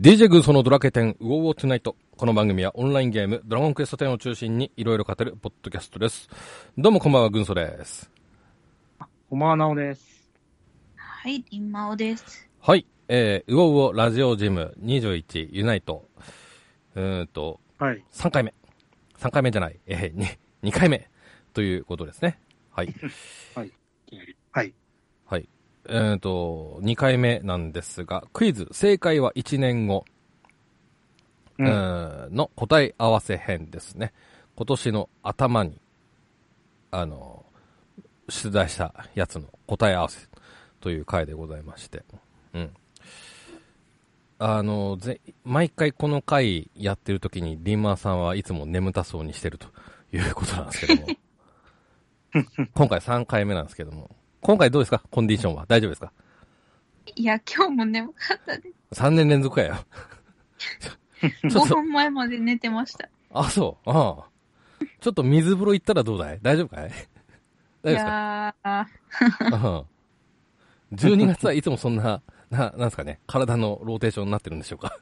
DJ グーソのドラケテンウォーウォーツナイト。この番組はオンラインゲーム、ドラゴンクエスト10を中心にいろいろ語るポッドキャストです。どうもこんばんは、軍曹です。こんばんは、なおです。はい、りんまおです。はい、えー、ウォーウォーラジオジム21ユナイト。うーんと、はい。 3回目。3回目じゃない、えー、2, 2回目。ということですね。はい。 はい。はい。えー、と、2回目なんですが、クイズ、正解は1年後。うん。えーの答え合わせ編ですね。今年の頭に、あの、出題したやつの答え合わせという回でございまして。うん。あの、ぜ毎回この回やってる時にリンマーさんはいつも眠たそうにしてるということなんです けども。今回3回目なんですけども。今回どうですかコンディションは大丈夫ですかいや、今日も 眠かったで ?3 年連続やよ。す。ちょっ5と分前まで寝てました。あ、そう。ああちょっと水風呂行ったらどうだい大丈夫かいい大丈やー、夫ですかうん。12月はいつもそんな、 な、なんですかね、体のローテーションになってるんでしょうか。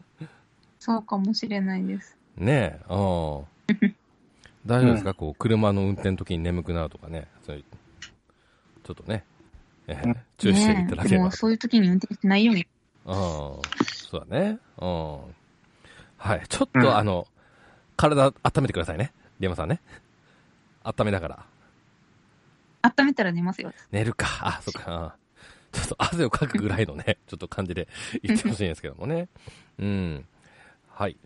そうかもしれないです。ねえ、うん。大丈夫ですか、こう、車の運転の時に眠くなるとかね。そういうちょっとね、ええ注意していただねけれえば。もうそういう時に運転しないように。うん。そうだね。うん。はい。ちょっと、うんあの、体温めてくださいね。リ山さんね。温めながら。温めたら寝ますよ。寝るか。あ、そっか。ちょっと汗をかくぐらいのね、 ちょっと感じで言ってほしいんですけどもね。うん。はい。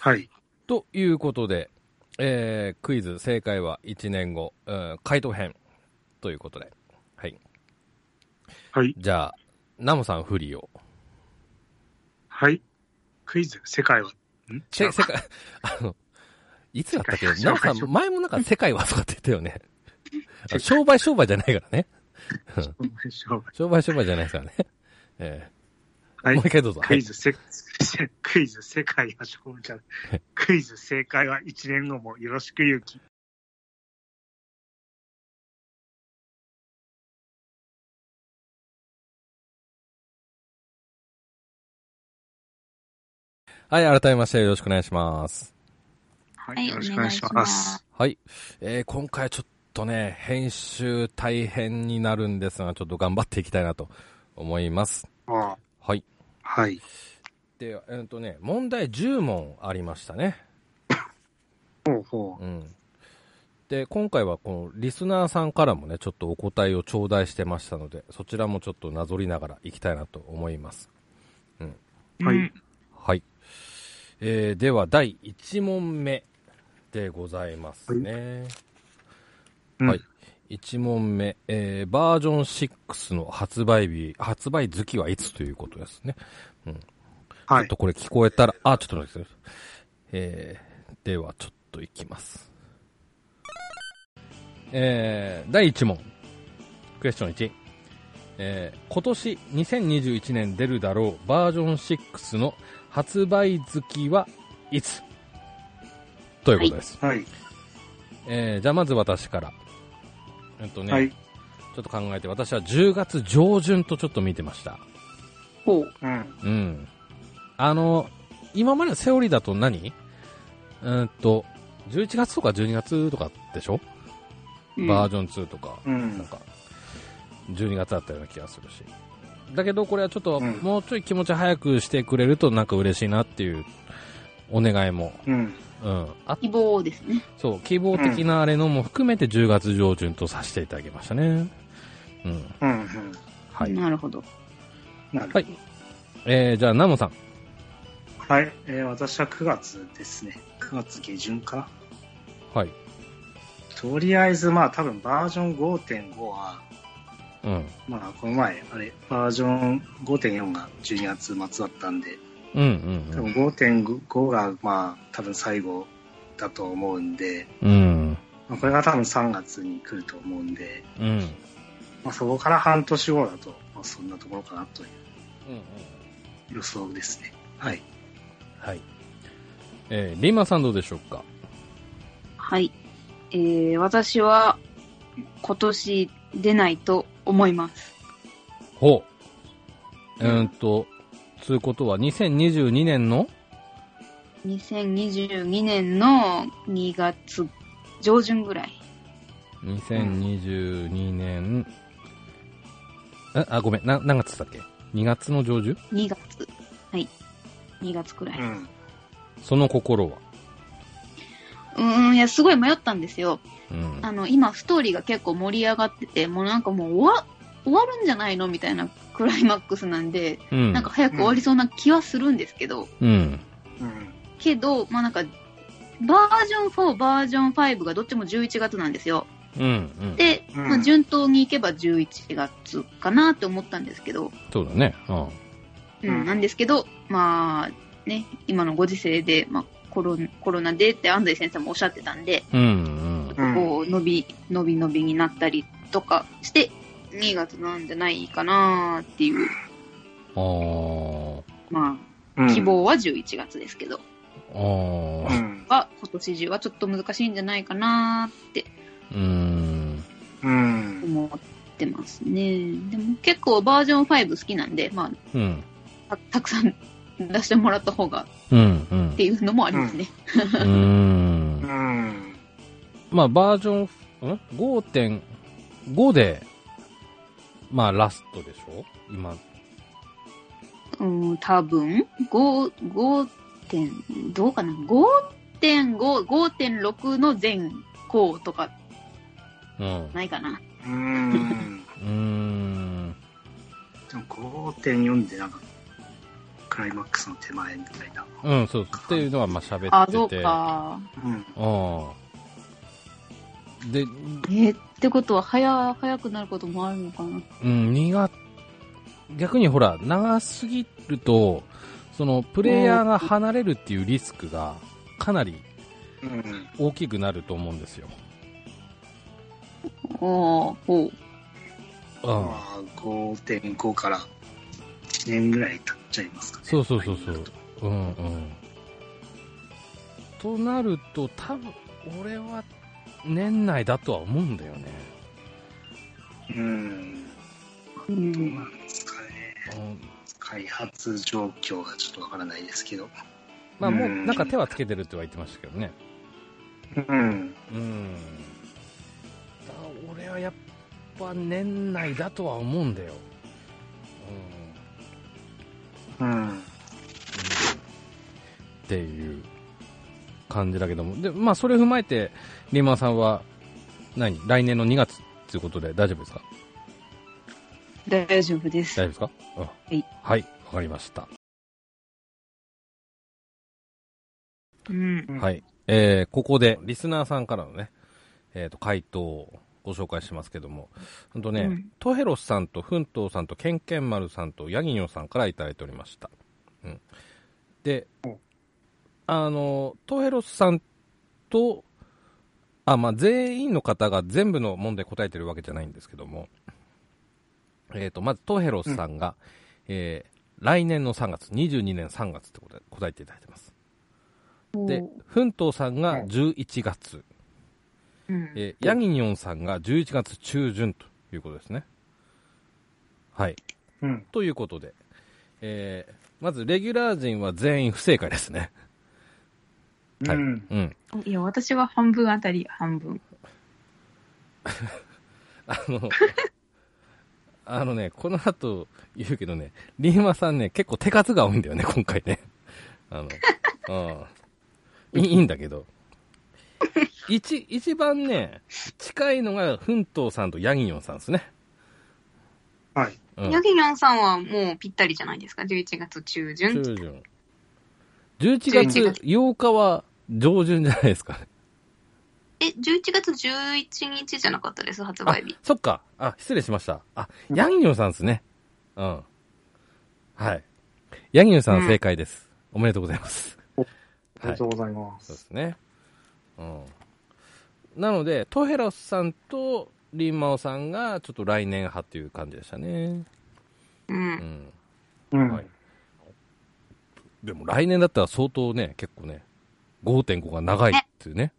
はい。ということで、えー、クイズ正解は1年後、うん回答編ということで。はい。はい。じゃあ、ナモさんフリーを。はい。クイズ、世界は。んせ、違う世界、あの、いつだったっけ世界ナモさん世界前もなんか世界はとかって言ったよ ね。あ商売商売じゃないからね。商売商売じゃないですからね。えーはいもう一回どうぞ。クイズ、せ、クイズ、世界は勝負じゃないクイズ、正解は一年後もよろしく、ゆうき。はい。はい、改めましてよろしくお願いします。ははい、よおろ願いししくお願まいしす。ます。はい。えー今回はちょっとね、編集大変になるんですが、ちょっと頑張っていきたいなと思います。あはい。はい。で、えっとね、問題10問ありましたね。ほうほうん。で、今回はこのリスナーさんからもね、ちょっとお答えを頂戴してましたので、そちらもちょっとなぞりながらいきたいなと思います。う。はういん。はい。えーでは、第1問目でございますね。うんはい。1問目、えーバージョン6の発売日、発売月はいつということですね。ちょはっい。とこれ聞こえたら、あ、ちょっと待ってください。えーでは、ちょっといきます。えー第1問。クエスチョン1。えー今年2021年出るだろうバージョン6の発売月はいつということです。はい。えーじゃあまず私から。えっとね、はい。ちょっと考えて、私は10月上旬とちょっと見てました。ほう。うん。うん。あの、今までのセオリーだと何うーんと、11月とか12月とかでしょ、バージョン2とか、うなんん。か、12月だったような気がするし。だけど、これはちょっと、うんもうちょい気持ち早くしてくれるとなんか嬉しいなっていうお願いも、うん。うん、あ希望ですね。そう、希望的なあれのも含めて10月上旬とさせていただきましたね。うん、うん。うん。はい。なるほど。なるはいえー、じゃあ、ナモさん。はい。えー私は9月ですね。9月下旬かな。はい。とりあえず、まあ多分バージョン5.5は、うん。まあ、この前、あれ、バージョン5.4が12月末だったんで、うん多分5.5が、まあ、多分最後だと思うんで、うんうん。うん。まあ、これが多分3月に来ると思うんで、うん。うんまあ、そこから半年後だと、まあ、そんなところかなといううん予想ですね。はい。はい。えー、リンマさんどうでしょうかはい。えー、私は今年出ないと思います。ほう。ううんーんと、つうことは、2022年の2022年の2月上旬ぐらい。 2022年、えあ、ごめん、な何月だっけ ?2 月の上旬2月。はい。2月くらい。う。うんその心は。ーん、いや、すごい迷ったんですよ。うん。あの、今、ストーリーが結構盛り上がってて、もうなんかもう終わ、終わるんじゃないのみたいなクライマックスなんで、うん。なんか早く終わりそうな気はするんですけど、うん。うん。けど、まあなんか、バージョン4、バージョン5がどっちも11月なんですよ。うん。うん。で、うんまあ、順当にいけば11月かなって思ったんですけど、そうだね。うん。うん、うんなんですけど、まあ、ね、今のご時世で、まあ、コロコロナでって安西先生もおっしゃってたんで、うん。うんこう、伸び、伸び伸びになったりとかして、2月なんじゃないかなっていう、うん。あまうあ、ん希。望は11月ですけど、あ。あうあ。ん。は、今年中はちょっと難しいんじゃないかなってうん。うん。思ってますね。でも結構バージョン5好きなんで、まうん。あ、たたくさん出してもらった方がうん。うんって。いうのもありますね。うんう。ん。まあ、バージョン、ん ?5.5 で、まあ、ラストでしょ今。うん、多分、5、5点、どうかな ?5.5、5.6の前後とかうん。ないかな。うん。うん。でも5.4でなんか、クライマックスの手前みたいな。うん、そうそう。っていうのは、まあ、喋ってて。あ、そうか。うん。うん。で、うえーってことは早、早くなることもあるのかな。ん、2月、逆にほら、長すぎると、その、プレイヤーが離れるっていうリスクが、かなりうん。大きくなると思うんですよ。おー、ほう。うん。まあ、5.5から1年ぐらい経っちゃいますかね。そうそうそうそう。うんうん。となると、多分、俺は、年内だとは思うんだよね。うん。うどうんな。んですかね。開発状況がちょっとわからないですけど。まあもう、うんなんか手はつけてるとは言ってましたけどね。うん。うん。だ俺はやっぱ年内だとは思うんだよ。うん。うん。っていう感じだけども。で、まあそれ踏まえて、リーマンさんは何、来年の2月ということで大丈夫ですか大丈夫です。大丈夫ですか、うん、いはい、わかりました。うん。うんはい。えー、ここで、リスナーさんからのね、えっ、と、回答をご紹介しますけども、ほんとね、うんトヘロスさんと、フントウさんと、ケンケンマルさんと、ヤギニョさんからいただいておりました。うん。で、あの、トヘロスさんと、あ、まあ、全員の方が全部の問題答えてるわけじゃないんですけども、えっ、と、まず、トヘロスさんが、えー、来年の3月、22年3月ってことで答えていただいてます。で、フントウさんが11月、うん、えーヤギニョンさんが11月中旬ということですね。はい。うん。ということで、えーまず、レギュラー陣は全員不正解ですね。はいうん。うん。いや、私は半分あたり半分。あの、あのね、この後言うけどね、リーマさんね、結構手数が多いんだよね、今回ね。あの、うん。いいいんだけど。一、一番ね、近いのが、フントウさんとヤギニョンさんですね。はい。うんヤギニョンさんはもうぴったりじゃないですか、11月中旬。中旬。11月8日は上旬じゃないですかね。え、11月11日じゃなかったです、発あ売日。、そっか。あ、失礼しました。あ、ヤギニョンさんですね。うん。はい。ヤギニョンさうんん正解です。おめでとうございます。ありがとうございま。そうですね。うん。なので、トヘロスさんとリンマオさんがちょっと来年派っていう感じでしたね。う。うんん。うん。はい。でも来年だったら相当ね、結構ね、5.5が長いっていうね。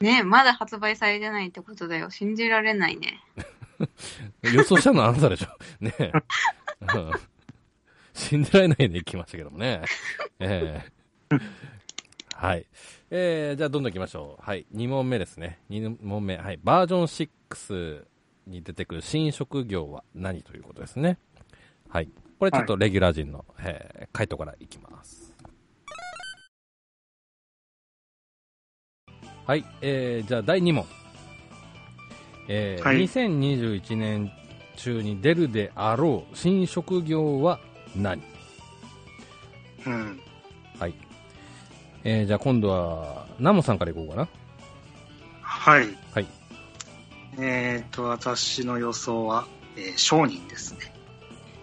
ねまだ発売されてないってことだよ。信じられないね。予想したのはあなたでしょ。ねえ。うん信じられないで行きましたけどもね。 ええはい。えー、じゃあどんどん行きましょう。はい。2問目ですね。2問目。はい。バージョン6に出てくる新職業は何ということですね。はい。これちょっとレギュラー陣の、えー回答からいきます。はい。えー、じゃあ第2問。えーはい2021年中に出るであろう新職業は何うん。はい。えー、じゃあ今度は、ナモさんからいこうかな。はい。はい。えっ、と、私の予想は、えー商人ですね。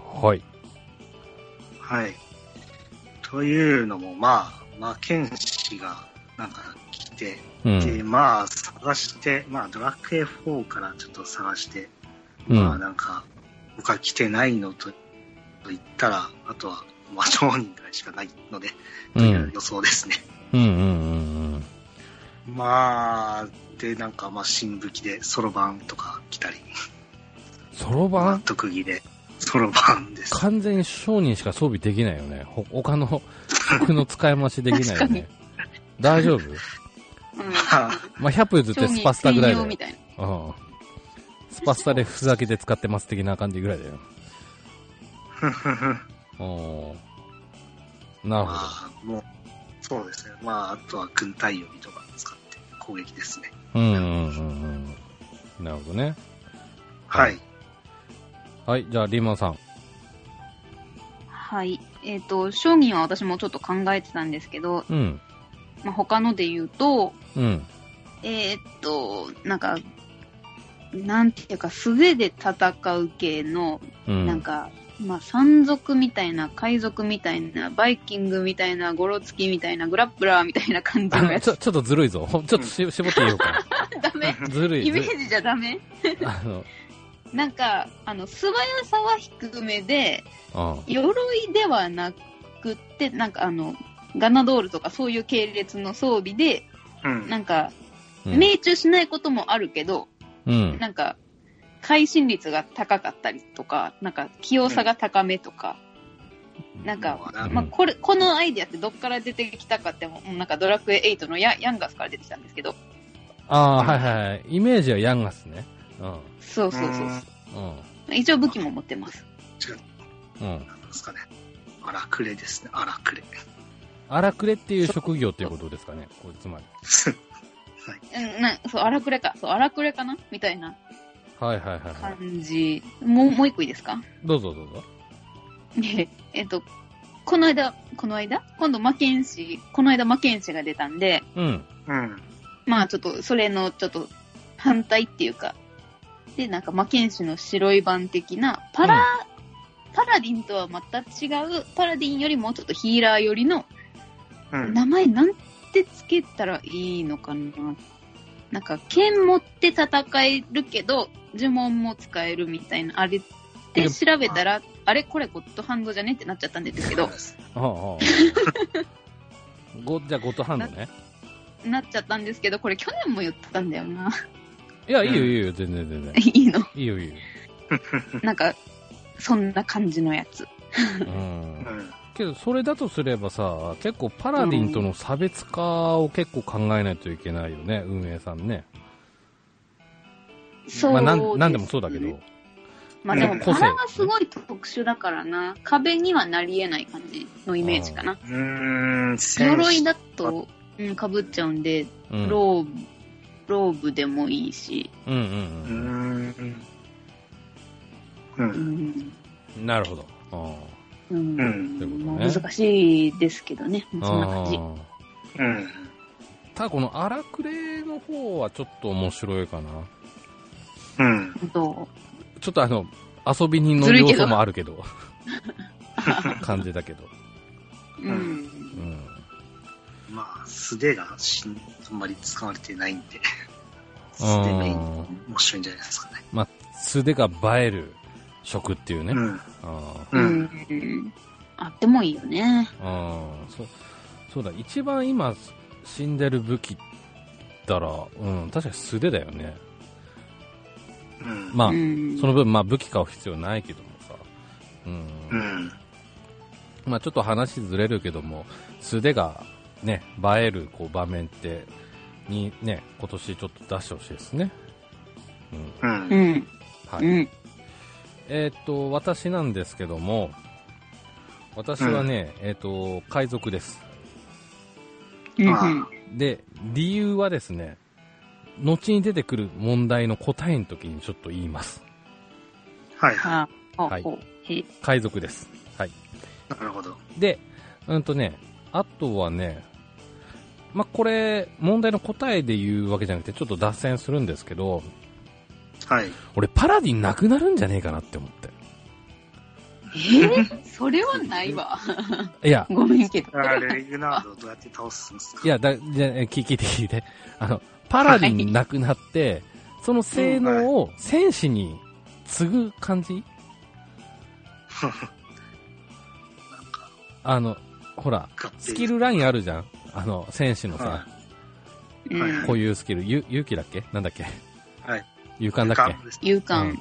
はい。はい。というのも、まあ、まあ、剣士が、なんか来て、うで、ん。まあ、探して、まあ、ドラクエ4からちょっと探して、うまあ、ん。なんか、僕は来てないのと、と言ったら、あとは、まあ、商人ぐらいしかないので、う。というん予想ですね。うん。うん。うん。まあ、で、なんか、まあ、新武器で、そろばんとか来たり、そろばまあん特技で、そろばんです。 完全に商人しか装備できないよね。ほ他 の服の使い回しできないよね。大丈夫うん。はまあ、100歩譲ってスパスタぐらいだ商よ人専用。みたいな。うん。スパスタでふざけて使ってます的な感じぐらいだよ。うん。なるほど。まあ、もう、そうですね。まあ、あとは軍隊呼びとか使って攻撃ですね。うんうんうんうん。なるほどね。はい。はい、じゃあ、リーマンさん。はい。えっ、と、商人は私もちょっと考えてたんですけど、うん。まあ、他ので言うと、うん。えっ、と、なんか、なんていうか、素手で戦う系の、うん。なんか、まあ、山賊みたいな、海賊みたいな、バイキングみたいな、ゴロつきみたいな、グラップラーみたいな感じあののやちつ。ょ、ちょっとずるいぞ。ほんちょっとし絞っていいようか。 ダメずるい。イずメるいージじゃダメあの、なんか、あの、素早さは低めで、うん。鎧ではなくって、なんかあの、ガナドールとかそういう系列の装備で、うん。なんか、うん命中しないこともあるけど、うん。なんか、会心率が高かったりとか、なんか、器用さが高めとか、なんか、まあうんまあ、これ、このアイディアってどっから出てきたかっても、もうなんかドラクエ8のヤヤンガスから出てきたんですけど、ああー、はいはいはい。イメージはヤンガスね。うそうそうそうそう。ん。一応武器も持ってます。うん。うん。なんですかね。荒くれですね。荒くれ。荒くれっていう職業っていうことですかね。こうつまり。うん、な、そう、荒くれか。そう、荒くれかなみたいなはいはいはいはい。感じ。もう、もう一個いいですか どうぞどうぞ。で、えっと、この間、この間今度、魔剣士、この間魔剣士が出たんで、うん。うん。まあちょっと、それのちょっと反対っていうか、で、なんか魔剣士の白い版的な、パラ、パラディンとはまた違う、パラディンよりもうちょっとヒーラーよりの、うん。名前なんてつけたらいいのかな。なんか、剣持って戦えるけど、呪文も使えるみたいな、あれって調べたら、あれこれゴッドハンドじゃねってなっちゃったんですけど、うんうんうんご、じゃあ、ゴッドハンドね。なっちゃったんですけど、これ去年も言ったんだよな。 いや、いいよいいよ、全然全然。いいの。いいよいいよ。なんか、そんな感じのやつ。うんう。ん。けどそれだとすればさ結構パラディンとの差別化を結構考えないといけないよね、運営さんねそうまあ、なすねんなんでもそうだけど、まあでも、個性柄はすごい特殊だからな。壁にはなり得ない感じのイメージかな。うーん。鎧だと、うん、かぶっちゃうんで、うん、うんローブ、ローブでもいいし、うんうーうんん。う。うんん、なるほどあうんうんそういうことねまあ難しいですけどね、そんーな感じ。あーうん。ただこの荒くれの方はちょっと面白いかなうん。あと、ちょっとあの遊び人のずるい要けど素もあるけ ど感じだけど、うん、うんん、まあ、素手がしんあんまり使われてないんで、素手メイあンー面白いんじゃないですかね。まあ素手が映える食っていうね、うん。あーううんん。あってもいいよね。ああそうそうだ一番今死んでる武器ったら、うん、確かに素手だよねうん。まあ、うんその分、まあ、武器買う必要ないけどもさ、うんうん。まあ、ちょっと話ずれるけども素手が、ね、映えるこう場面ってに、ね、今年ちょっと出してほしいですね。うんうんう。ん。はいうん。えーっと私なんですけども私はね、えーっと海賊です。うんああうん。で、理由はですね、後に出てくる問題の答えの時にちょっと言います。はいははあ、はいほうへ海賊です。はい。い。なるほど。で、うんとね、あとはね、まあ、これ、問題の答えで言うわけじゃなくて、ちょっと脱線するんですけど、はい。俺、パラディンなくなるんじゃねえかなって思って。えそれはない わ。いや、ごめんけど。あれ、レグナードをどうやって倒すんですかいや、だ、じゃ、え聞聞いて聞いて。あの、パラディンなくなって、その性能を戦士に継ぐ感じ、あの、ほら、スキルラインあるじゃんあの、戦士のさ、はうはいんこ。ういうスキル、ゆ、勇気だっけなんだっけはい。勇な敢だっけです勇うん敢。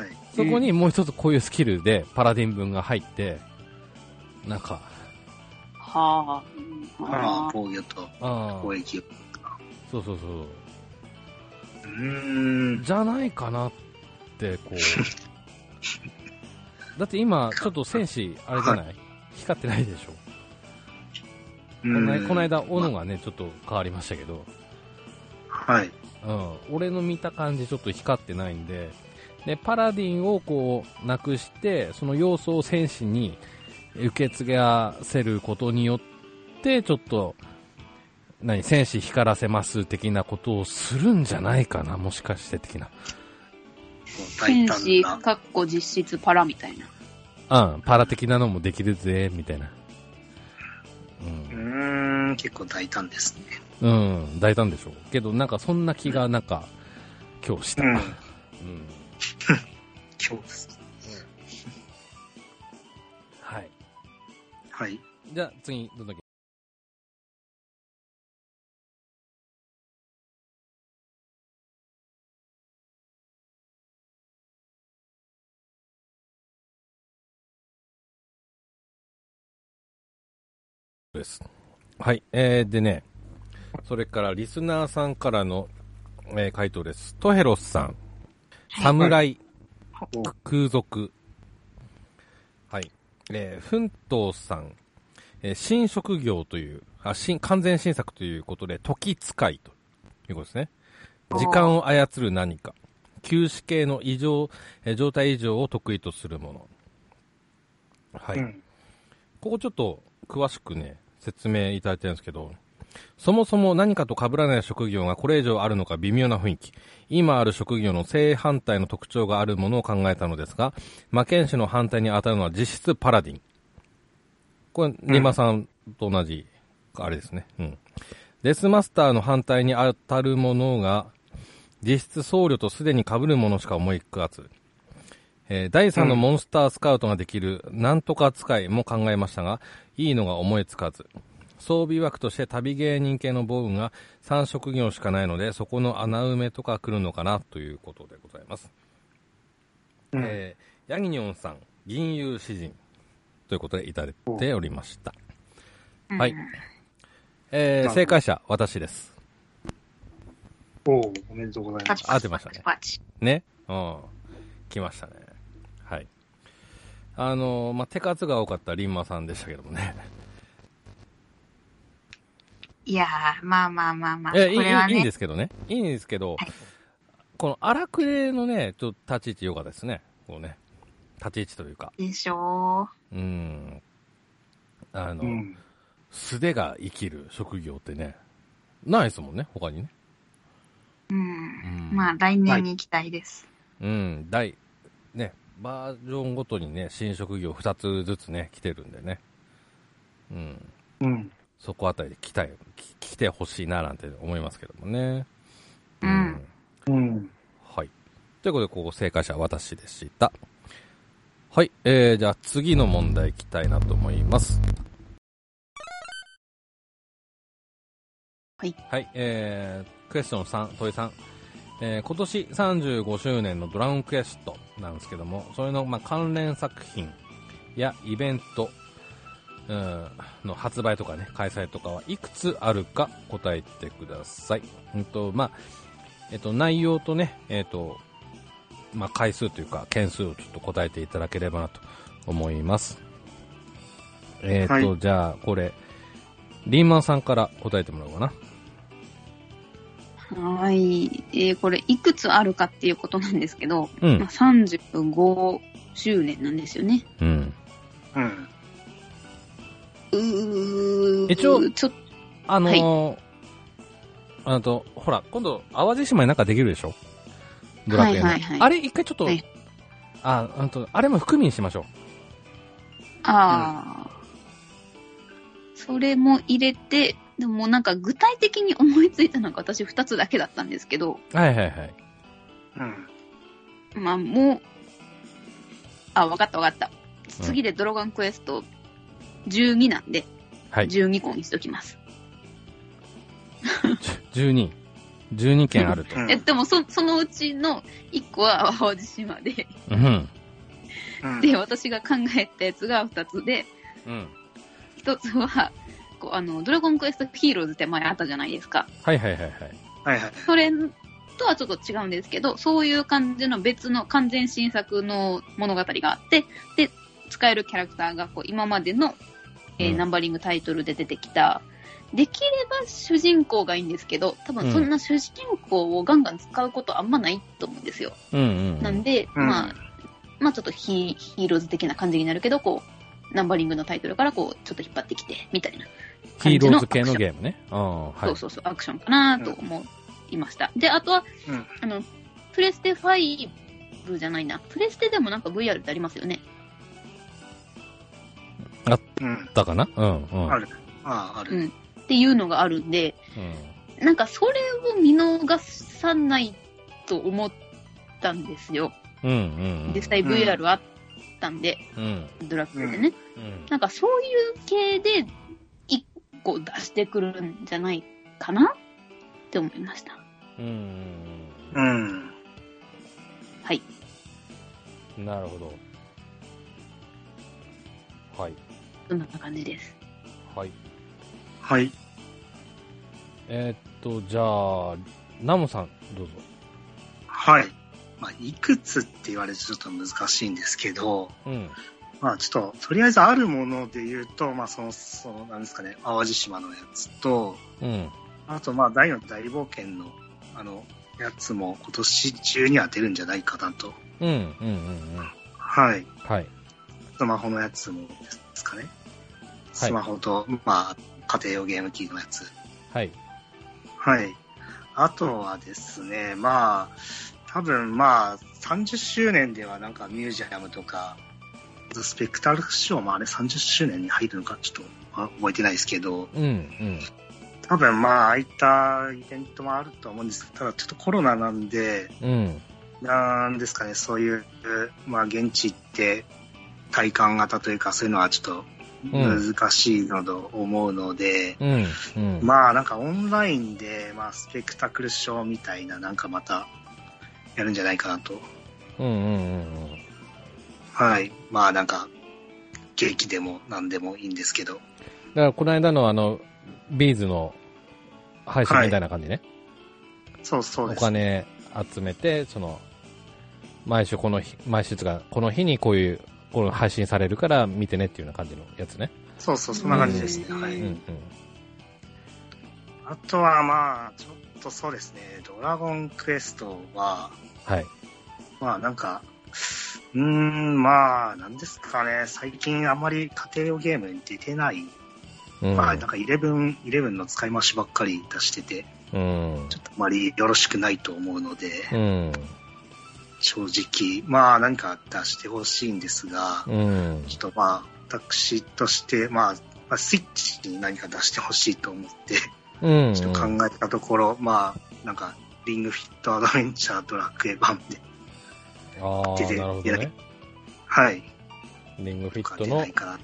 はい。そこにもう一つこういうスキルでパラディン文が入って、なんか、はあ。ああ、は防御とああ攻、撃を。そうそうそう。うーん。じゃないかなって、 こう。だって今、ちょっと戦士、あれじゃない光ってないでしょ。ここのこの間、斧がね、ちょっと変わりましたけど、はい。うん、俺の見た感じ、ちょっと光ってないんで、で、パラディンをこう、なくして、その要素を戦士に受け継がせることによって、ちょっと、何、戦士光らせます的なことをするんじゃないかな、もしかして的な。あ。大天胆使、な。かっこ実質パラみたいな。うん、パラ的なのもできるぜ、みたいな。うーん、結構大胆ですね。うん、うん、大胆でしょう。けど、なんかそんな気が、なんか、今日した。うんうん今日です。はい。はい。じゃあ次、どんどん行きです。はい。えー、でね、それからリスナーさんからの、えー回答です。トヘロスさん、侍、空賊、はい。えー、奮闘さん、えー新職業という、あ、新、完全新作ということで、時使いということですね。時間を操る何か。休止系の異常、えー状態異常を得意とするもの。はい。うんここちょっと詳しくね、説明いただいてるんですけど、そもそも何かと被らない職業がこれ以上あるのか微妙な雰囲気。今ある職業の正反対の特徴があるものを考えたのですが、魔剣士の反対に当たるのは実質パラディン。これ、ネマさんと同じ、あれですね。うん。デスマスターの反対に当たるものが、実質僧侶とすでに被るものしか思いつかず。えー第3のモンスタースカウトができる、なんとか使いも考えましたが、いいのが思いつかず。装備枠として旅芸人系の防具が3職業しかないので、そこの穴埋めとか来るのかなということでございます。うんえーヤギニョンさん、銀融詩人ということでいただいておりました。はい。えなるほーど正解者、私です。おお、おめでとうございパまチす。パチ。あ出ましたねパチパチね。うん。来ましたね。はい。あのーまあ、手数が多かったリンマさんでしたけどもね。いやー、まあまあまあまあ。こえいい、れはいいんでね、すけどね。いいんですけど、はいこの荒くれのね、ちょっと立ち位置良かったですね。こうね。立ち位置というか。でしょうーん。あの、うん。素手が生きる職業ってね、ないですもんね、他にね。う。うん。うんまあ、来年に行きたいです。うん、第、ね、バージョンごとにね、新職業2つずつね、来てるんでね。うん、うん。そこあたりで来たい、き来てほしいななんて思いますけどもね。うんうん。はい。ということで、ここ正解者は私でした。はい、えー、じゃあ次の問題いきたいなと思います。はい。はい、えー、クエスチョン3、問い3。えー、今年35周年のドラゴンクエストなんですけども、それの、まあ、関連作品やイベント、うんの発売とかね、開催とかはいくつあるか答えてください。うんと、まあ、えっと、内容とね、えっと、まあ、回数というか、件数をちょっと答えていただければなと思います。えっと、はじゃあ、これ、リーマンさんから答えてもらおうかな。はい。えーこれ、いくつあるかっていうことなんですけど、うまあ、ん。 35周年なんですよね。うん。うん。うー一応ちょっと、あのーあと、ほら、今度、淡路島になんかできるでしょドラクエの。はいはいはいあれ、一回ちょっと、はいあ、あと、あれも含みにしましょう。ああ、それも入れて、でももうなんか具体的に思いついたのが私2つだけだったんですけど、はいはいはい。うん。まあもう、あ、わかったわかった。次でドラゴンクエスト12なんで、はい。 12個にしときます。 12。12件あるとう。んえ、でもそ、そのうちの1個は淡路島で、うん。うんで、私が考えたやつが2つで、うん。 1つは、こうあの、ドラゴンクエストヒーローズって前あったじゃないですか。はいはいはいはい。はいはい。それとはちょっと違うんですけど、そういう感じの別の完全新作の物語があって、で、使えるキャラクターがこう今までの、えーうんナンバリングタイトルで出てきた、できれば主人公がいいんですけど、多分そんな主人公をガンガン使うことあんまないと思うんですよ。うんうんうん。なんで、うんまあ、まあちょっとヒヒーローズ的な感じになるけど、こう、ナンバリングのタイトルからこう、ちょっと引っ張ってきて、みたいな。ヒーローズ系の感じゲームね。ああ、はい。そうそうそう、アクションかなと思いました。で、あとは、うんあの、プレステ5じゃないな。プレステでもなんか VR ってありますよね。うん。だかなうんうん。ある。ああ、ある。っていうのがあるんで、うん。なんかそれを見逃さないと思ったんですよ。うんうんうん。実際うん VR あったんで、うん。ドラクエでね。うん。なんかそういう系で一個出してくるんじゃないかなって思いました。うんうんうん。はい。うん。なるほど。はい。そんな感じです。はい。はい。えーっと、じゃあ、ナモさん、どうぞ。はい。まあ、いくつって言われるとちょっと難しいんですけど、うん。まあ、ちょっと、とりあえずあるもので言うと、まあ、その、その、なんですかね、淡路島のやつと、うん。あと、まあ、第4大冒険の、あの、やつも今年中には出るんじゃないかなと。うん。うん。うん。うん。はい。はい。スマホのやつもですかね。スマホと、まあ、家庭用ゲーム機のやつ。はい。はい。あとはですね、まあ、多分まあ、30周年ではなんかミュージアムとか、スペクタルショーもあれ30周年に入るのかちょっとあ覚えてないですけど、うん。うん。多分まあ、ああいったイベントもあると思うんですただちょっとコロナなんで、うん。なんですかね、そういう、まあ、現地行って体感型というか、そういうのはちょっと難しいのと思うので、うん。うん。まあなんかオンラインで、まあ、スペクタクルショーみたいななんかまたやるんじゃないかなと。うんうんうんうん。はい。まあなんか、劇でも何でもいいんですけど。だから、この間のあの、ビーズの配信みたいな感じね。そうそうおです。金集めて、その、毎週この日、毎週つが、この日にこういう、この配信されるから見てねっていうような感じのやつね。そうそう、そんな感じですね。はういん。うん。あとはまあ、ちょっとそうですね、ドラゴンクエストは、はい。まあなんか、うーん、まあ、なんですかね、最近あんまり家庭用ゲームに出てない、うん。まあなんか11、11の使い回しばっかり出してて、うん。ちょっとあまりよろしくないと思うので、うん。正直、まあ何か出してほしいんですが、うん。ちょっとまあ私として、まあ、まあスイッチに何か出してほしいと思って、うん。ちょっと考えたところ、まあなんか、リングフィットアドベンチャードラクエ版で、ああ、出てなるほどいやね。はい、リングフィッとかト出のないか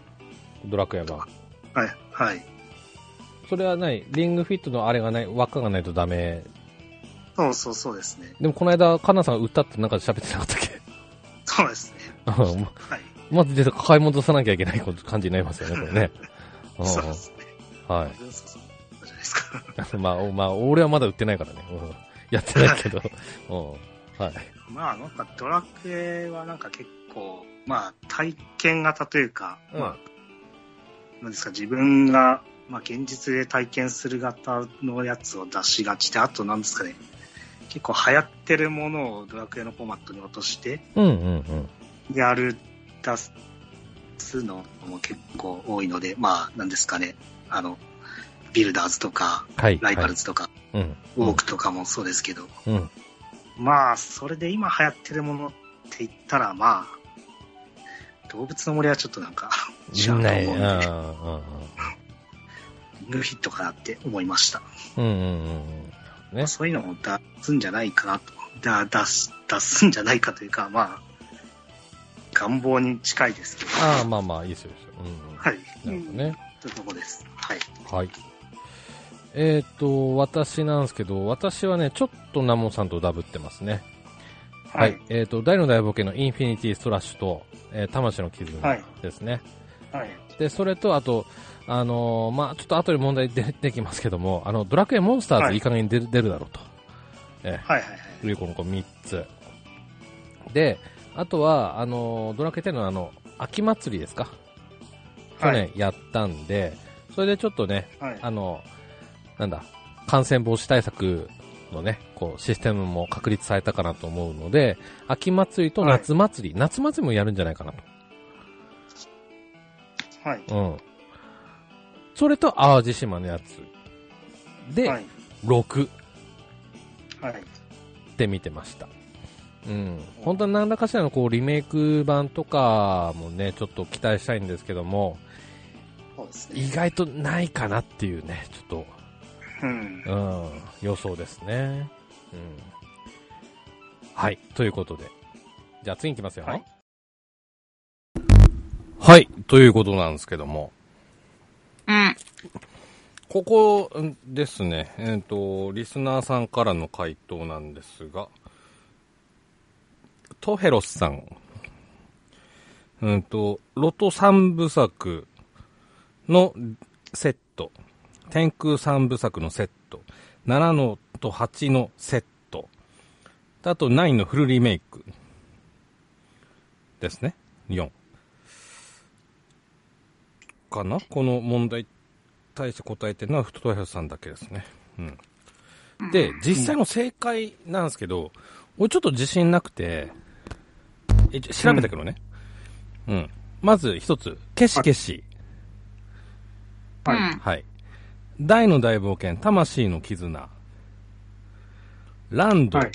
ドラクエ版。な。はい、はい。それはない、リングフィットのあれがない、輪っかがないとダメ。そうそうそうですね。でもこの間、カナさんが歌ってなんか喋ってなかったっけ そうですね。うんはい。まず、で買い戻さなきゃいけないこと感じになりますよね、これね。うん そうですね。はそうそうそうじゃないですか。 い。 まあ、おまあ、俺はまだ売ってないからね。うんやってないけど。うんはい。まあなんかドラクエはなんか結構、まあ体験型というか、うんまあ、なんですか、自分が、まあ現実で体験する型のやつを出しがちで、あとなんですかね、結構流行ってるものをドラクエのフォーマットに落としてうんうんやる、出すのも結構多いので、まあなんですかね、あの、ビルダーズとか、うん。はい。ライバルはいズとか、うん。ウォークとかもそうですけど、うん。まあ、それで今流行ってるものって言ったら、まあ、動物の森はちょっとなんかう、違うとん。思ない。ううんんうで、んうん。リングヒットかなって思いました。うんうんうんねそういうのも出すんじゃないかなと。だ出す、出すんじゃないかというか、まあ、願望に近いですけど。ああ、まあまあ、いいですよ、いいですよ。うんうん。はい。なるほどね。というとこです。はい。はい。えっ、と、私なんですけど、私はね、ちょっとナモさんとダブってますね。はい。えっ、と、大の大冒険のインフィニティストラッシュと、えー魂の絆はいですね。はい。で、それと、あと、あのーまあちょっと後で問題出てきますけども、あの、ドラクエモンスターはズいいい加減に出る,、出るだろうと。えはい。はい。はい。ー、ルイコの子3つ。で、あとは、あのードラクエ10のあの、秋祭りですか去年やったんで、それでちょっとね、はい。あの、なんだ、感染防止対策のね、こう、システムも確立されたかなと思うので、秋祭りと夏祭り、夏祭りもやるんじゃないかなはい。と。うん。それと淡路島のやつ。で、はい。 6はい。って見てました。うん。本当は何らかしらのこう、リメイク版とかもね、ちょっと期待したいんですけども、そうですね。意外とないかなっていうね、ちょっと、うん。うん、予想ですね。うん。はい、ということで。じゃあ次行きますよ。はい。はい、ということなんですけども。うん。ここうんですね、えっ、と、リスナーさんからの回答なんですが、トヘロスさん、うんと、ロト三部作のセット、天空三部作のセット、7のと8のセット、あと9のフルリメイクですね、4。かなこの問題対して答えてるのは太平さんだけですね。うん。で、実際の正解なんですけど、俺ちょっと自信なくて、えちょ調べたけどね。うん。まず一つ、消し消し。うはい。ん。はい。大の大冒険、魂の絆。ランド、はい。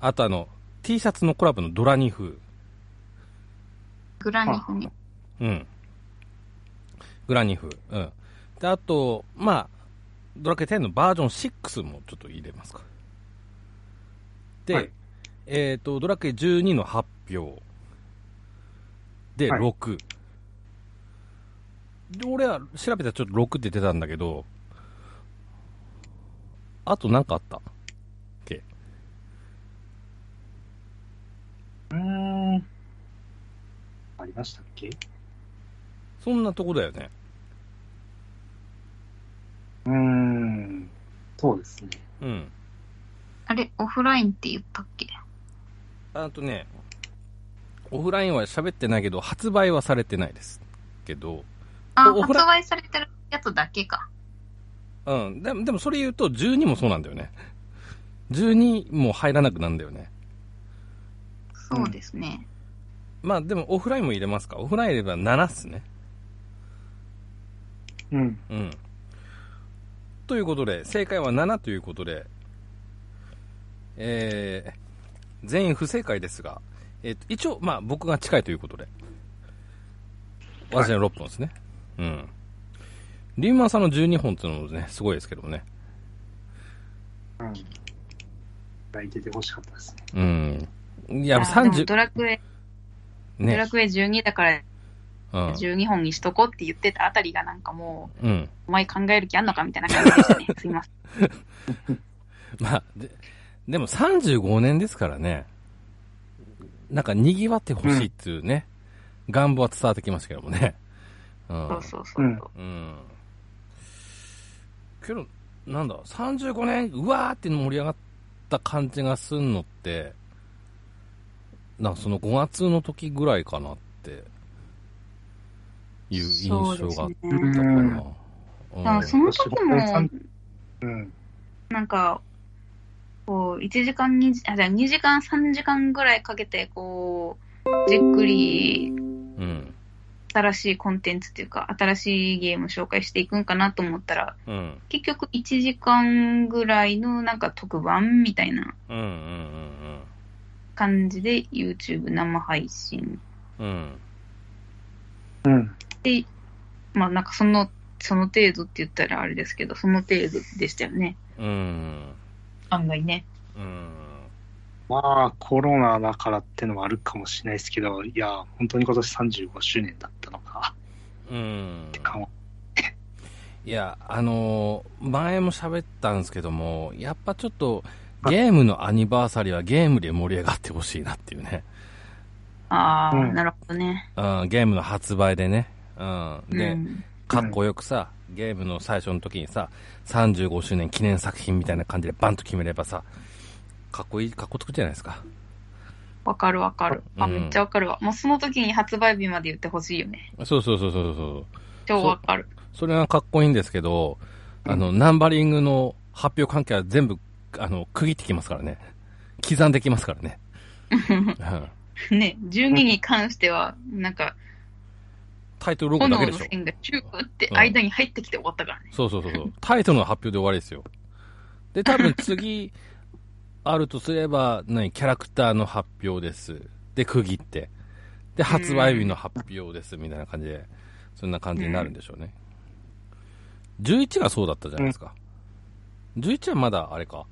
あとあの、T シャツのコラボのドラニフ。グラニフに。うん。グラニフ。うん。で、あと、まあ、ドラクエ10のバージョン6もちょっと入れますか。で、はいえっ、と、ドラクエ12の発表。で、はい6。で、俺は調べたらちょっと6って出たんだけど、あとなんかあったっけうーん。ありましたっけそんなとこだよね。うーん。そうですね。うん。あれ、オフラインって言ったっけあとね、オフラインは喋ってないけど、発売はされてないです。けど、あ、オフ発ラ売されてるやつだけか。うん、でもでもそれ言うと12もそうなんだよね。12も入らなくなんだよね。そうですね。まあでもオフラインも入れますか。オフライン入れれば7っすね。うん。うん。ということで、正解は7ということで、えー、全員不正解ですが、えっと一応、まあ僕が近いということで、私の6本ですね。うん。リーマンさんの12本っていうのもね、すごいですけどもね。うん。抱いてて欲しかったですね。うん。いいや、30、ドラクエ、ドねラ。クエ12だからうん。 12本にしとこうって言ってたあたりがなんかもうん。う、お前考える気あんのかみたいな感じでした ね。すいません。まあ、で、でも35年ですからね。なんか賑わってほしいっていうね、願望は伝わってきましたけどもね。うん。そうそうそう。うんうん。けど、なんだ、35年、うわーって盛り上がった感じがすんのって、なんかその5月の時ぐらいかなって、いう印象そうですがあっねたかうな。んうあその時もうん。なんか、こう、1時間2、あ、じゃあ2時間3時間ぐらいかけて、こう、じっくりうん。新しいコンテンツっていうか、新しいゲーム紹介していくんかなと思ったら、うん。結局1時間ぐらいのなんか特番みたいなうん。うん。うん。感じで YouTube 生配信。うん。うん。うん。まあなんかその、その程度って言ったらあれですけど、その程度でしたよね。うん。案外ね。うん。まあ、コロナだからってのもあるかもしれないですけど、いや、本当に今年35周年だったのか、うんって。感いや、あのー前も喋ったんですけども、やっぱちょっと、ゲームのアニバーサリーはゲームで盛り上がってほしいなっていうね。ああ、うんなるほどね。うん、ゲームの発売でね。うん。で、うん、かっこよくさ、ゲームの最初の時にさ、35周年記念作品みたいな感じでバンと決めればさ、かっこいい、かっこつくじゃないですか。わかるわかる。あ、うんめっちゃわかるわ。もうその時に発売日まで言ってほしいよね。そうそうそうそうそう。超わかる。それはかっこいいんですけど、あの、ナンバリングの発表関係は全部、あの、区切ってきますからね。刻んできますからね。うんね、12に関しては、なんか、タイトルロゴだ炎けでのしょ。線がチューって間に入ってきて終わったからね。そうそうそうそう。タイトルの発表で終わりですよ。で、多分次、あるとすれば、何、キャラクターの発表です。で、区切って。で、発売日の発表です。みたいな感じで、そんな感じになるんでしょうね。11がそうだったじゃないですか。11はまだ、あれか。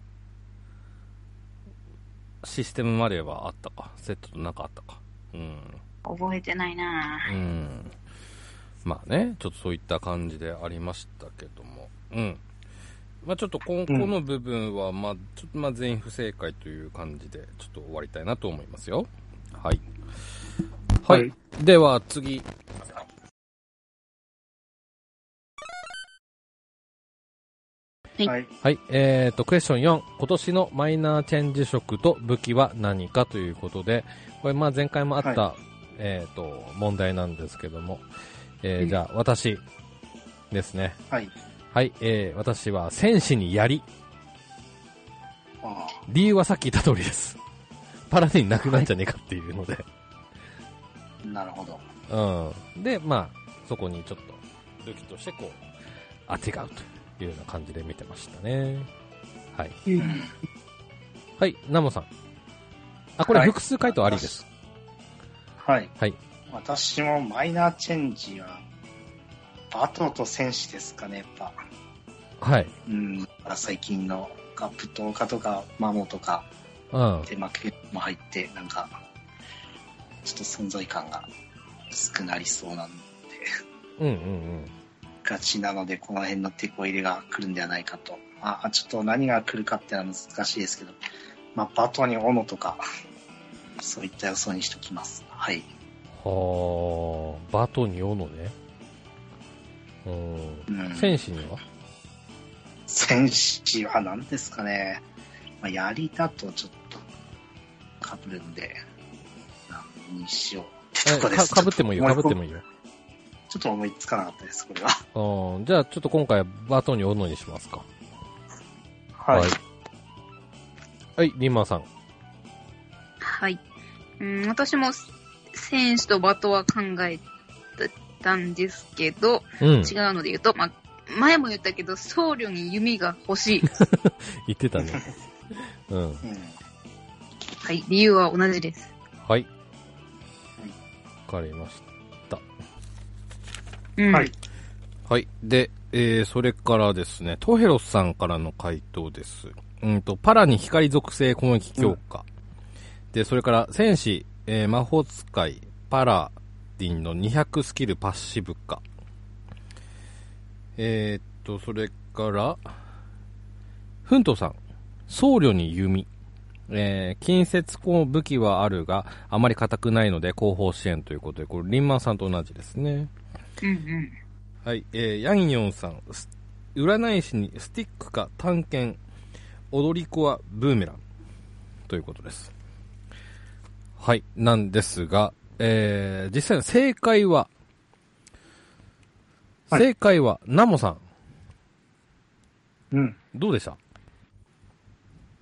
システムまではあったか。セットとなんかあったか。うん。覚えてないなぁうん。まあね、ちょっとそういった感じでありましたけども。うん。まあちょっとこ、こんの部分は、まあ、ちょっとまあ全員不正解という感じで、ちょっと終わりたいなと思いますよ。はい。はい。はいでは次。じ。はい。はい。えーと、クエスチョン4。今年のマイナーチェンジ色と武器は何かということで、これまあ前回もあった、えーと、問題なんですけども。えーうんじゃあ、私ですね。はい。はい、えー、私は戦士に槍。あ理由はさっき言った通りです。パラディンなくなんじゃねえかっていうので。あ、なるほど。うん。で、まあ、そこにちょっと、武器としてこう、あてがうというような感じで見てましたね。はい。うんはい、ナモさん。あ、これはい複数回答ありです。はい。はい。私もマイナーチェンジは、バトと戦士ですかね、やっぱ。はい。うん。だから最近のカップトーカとか、マモとか、うん。で、まあ、ケも入って、なんか、ちょっと存在感が薄くなりそうなんで、うんうんガチなので、この辺の手こ入れが来るんではないかと。まあ、ちょっと何が来るかってのは難しいですけど、まあ、バトに斧とか、そういった予想にしときます。はい。うん。はあ、バトに斧ね。うん。うん。戦士には戦士は何ですかね、まあ、槍だとちょっとかぶるんで何にしようってえとこでかすかぶってもいいよ、かぶってもいいいいよ。ちょっと思いつかなかったですこれはうんじゃあちょっと今回バトンに斧にしますか。はい、はい、リンマンさん。はい。うん、私も、選手とバトは考えたんですけど、うん。違うので言うと、まあ、前も言ったけど、僧侶に弓が 欲しい。言ってたね。うん。うん、はい、理由は同じです。はい。わかりましうん。はいた。はい。で、えー、それからですね、トヘロスさんからの回答です。うんと、パラに光属性攻撃強化。で、それから、戦士、えー魔法使い、パラディンの200スキルパッシブ化。えー、っと、それから、フントさん、僧侶に弓。えー近接攻武器はあるが、あまり硬くないので後方支援ということで、これ、リンマンさんと同じですね。うんうん。はい、えー、ヤンヨンさん、す占い師にスティックか探検、踊り子はブーメラン、ということです。はい、なんですが、えー、実際の正解は、はい正解は、ナモさん、うん。どうでした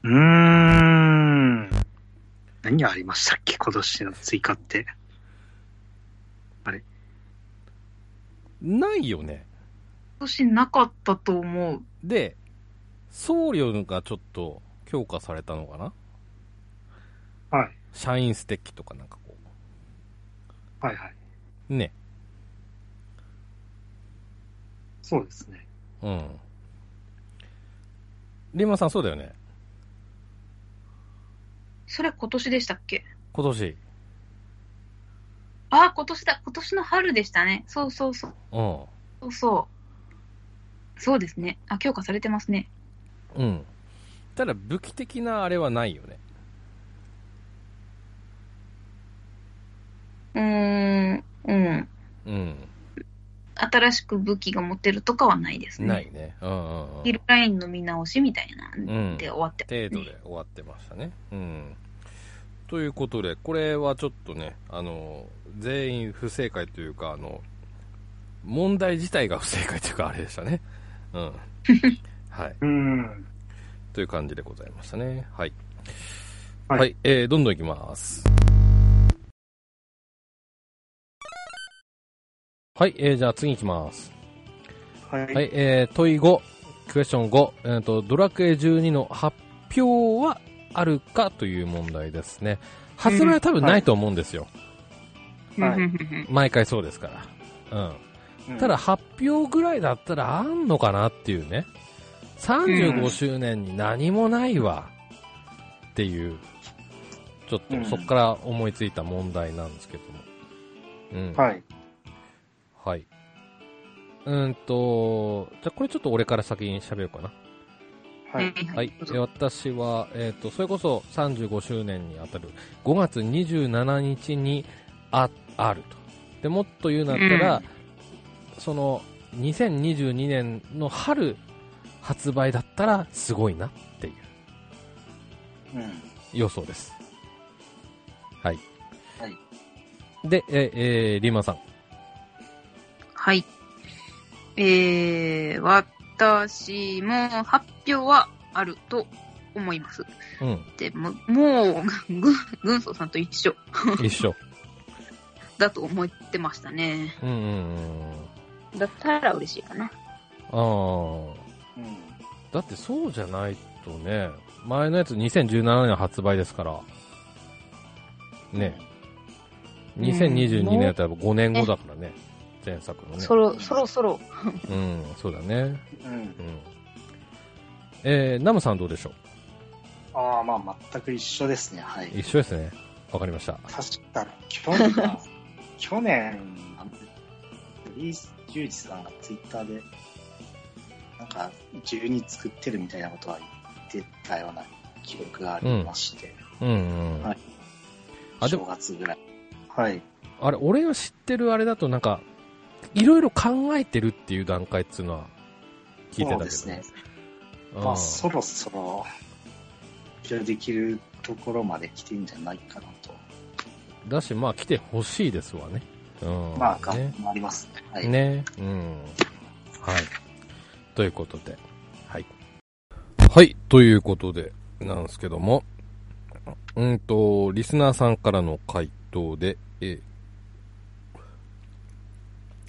うーん。何がありましたっけ今年の追加って。ないよね。私なかったと思う。で、送料がちょっと強化されたのかなはい。社員ステッキとかなんかこはいはい。う。ね。そうですね。うん。リンマさんそうだよね。それ今年でしたっけ今年。あ、今年だ。今年の春でしたね。そうそうそう。うん。そうそう。そうですね。あ、強化されてますね。うん。ただ武器的なあれはないよね。うーん、うん。うん。新しく武器が持てるとかはないですね。ない。ね。うんうんうん。ヒルラインの見直しみたいなうんんで終わってますね程度で終わってましたね。うん。ということで、これはちょっとね、あの、全員不正解というか、あの、問題自体が不正解というか、あれでしたね。うん。はい。うん。という感じでございましたね。はい。ははいい。えー、どんどんいきます。はい、えー、じゃあ次いきます。はい。はい、えー、問い5、クエスチョン5、えーと、ドラクエ12の発表はあるかという問題ですね。発売は多分ないと思うんですよ。はいうんうんうんうん毎回そうですから。うん。ただ、、発表ぐらいだったらあんのかなっていうね。う35ん周年に何もないわ。っていう、ちょっうとんそこから思いついた問題なんですけども。うん。はい。はい。うーんと、じゃあこれちょっと俺から先に喋ようかな。はい。ははいい、え私は、えっとそれこそ35周年にあたる5月27日にああるとでもっと言うなったら、うその2022年の春発売だったらすごいなっていううん。予想ですはい、はいで、ええーリーマンさんはい。えー、私も発表はあると思います。うん でも、もう、ぐ、軍曹さんと一緒一緒だと思ってましたね。うんうんうんだったら嬉しいかな。あーだってそうじゃないとね前のやつ2017年発売ですからうん。ね2022年だったら5年後だからね、前作のね。そろ、そろそろ。うん、そうだね。うんう。ん。えー、ナムさんどうでしょ。ああ、まあ、全く一緒ですね。はいう一緒ですね。わかりました。確か、 去年は、去年、リース・ジュージさんがツイッターで、なんか、12作ってるみたいなことは言ってたような記憶がありまして、うんうん。はいあ、で正も、月ぐらい。はい。あれ、俺が知ってるあれだとなんか、いろいろ考えてるっていう段階っていうのは聞いてたけど、そうですね。。うんまあ、そろそろ、発表できるところまで来てんじゃないかなと。だし、まあ来てほしいですわね。うん。まあ、頑ね張りますね。はい。ね。うん。はい。ということで。はい。はい。ということで、なんですけども。うんと、リスナーさんからの回答で、え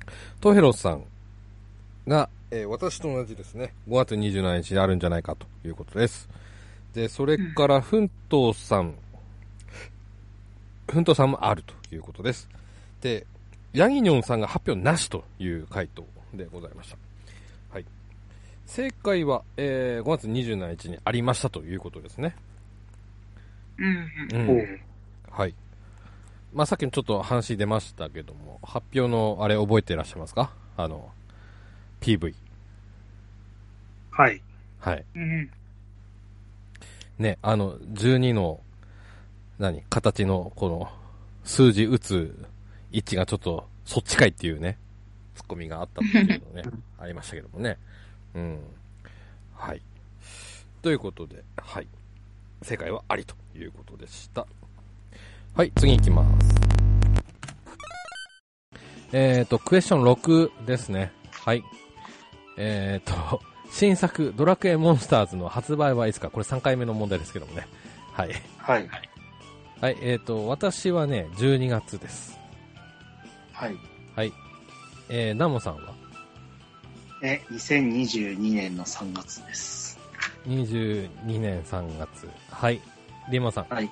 ートヘロスさんが、えー私と同じですね、5月27日であるんじゃないかということです。で、それから、ふんとうさん、ふんとうさんもあるということです。で、ヤギニョンさんが発表なしという回答でございました。はい。正解は、えー5月27日にありましたということですね。うんうん。う。おうんはい。まあ、さっきもちょっと話出ましたけども、発表のあれ覚えていらっしゃいますかあの、PV。はい。はい。うんうん。ね、あの、12の、何、形の、この、数字打つ位置がちょっと、そっちかいっていうね、ツッコミがあったっていうのね、ありましたけどもね。うん。はい。ということで、はい。正解はありということでした。はい、次行きます。えっ、と、クエスチョン6ですね。はい。えっ、と、新作、ドラクエモンスターズの発売はいつか、これ3回目の問題ですけどもね。はい。はい。はい、えっ、と、私はね、12月です。はい。はい。えー、ナモさんはえ、2022年の3月です。 ?22 年3月。はい。リンマさん。はい。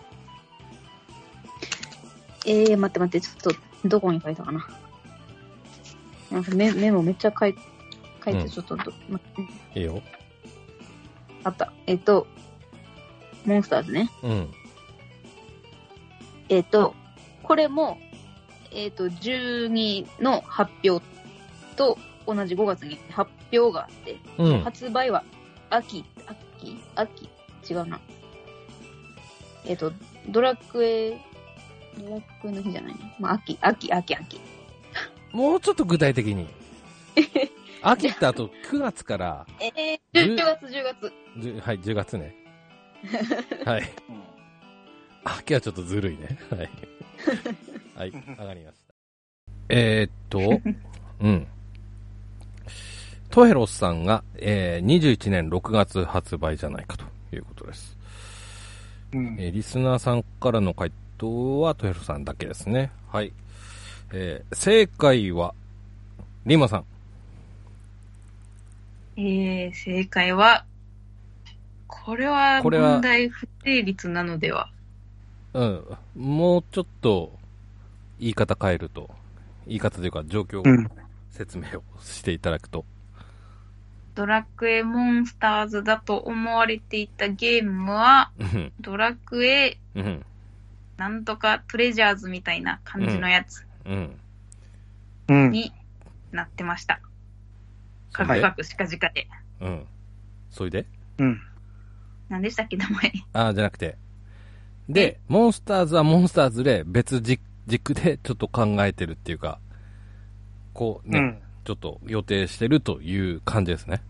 えー、待って待って、ちょっと、どこに書いたかな。なんかメメモめっちゃ書い書いうんて、ちょっとど、待っていいよ。あった。えっ、と、モンスターズね。うん。えっ、と、これも、えっ、と、12の発表と同じ5月に発表があって、うん。発売は秋、秋、秋、違うな。えっ、と、ドラクエ、ドラクエの日じゃないね。まあ、秋、秋、秋、秋。もうちょっと具体的に。秋ってあと9月から、えー、うん10月、10月。じゅはい、10月ね。はい。うん秋はちょっとずるいね。 はい。はい、上がりました。えー、っ と、うん。トヘロスさんが、えー、21年6月発売じゃないかということです。うんえーリスナーさんからの回答はトヘロスさんだけですね。はい。えー、正解は、リンマさん。えー、正解は、これはこれは問題不成立なのでは。うん。もうちょっと、言い方変えると、言い方というか状況をうん。説明をしていただくと。ドラクエモンスターズだと思われていたゲームは、うん。ドラクエうん。なんとかトレジャーズみたいな感じのやつうん。うん。になってました。そカれでクカクしかじかで。うん。それでうん。何でしたっけ、名前。ああ、じゃなくて。で、モンスターズはモンスターズで別軸軸でちょっと考えてるっていうか、こううね、ん。ちょっと予定してるという感じですね。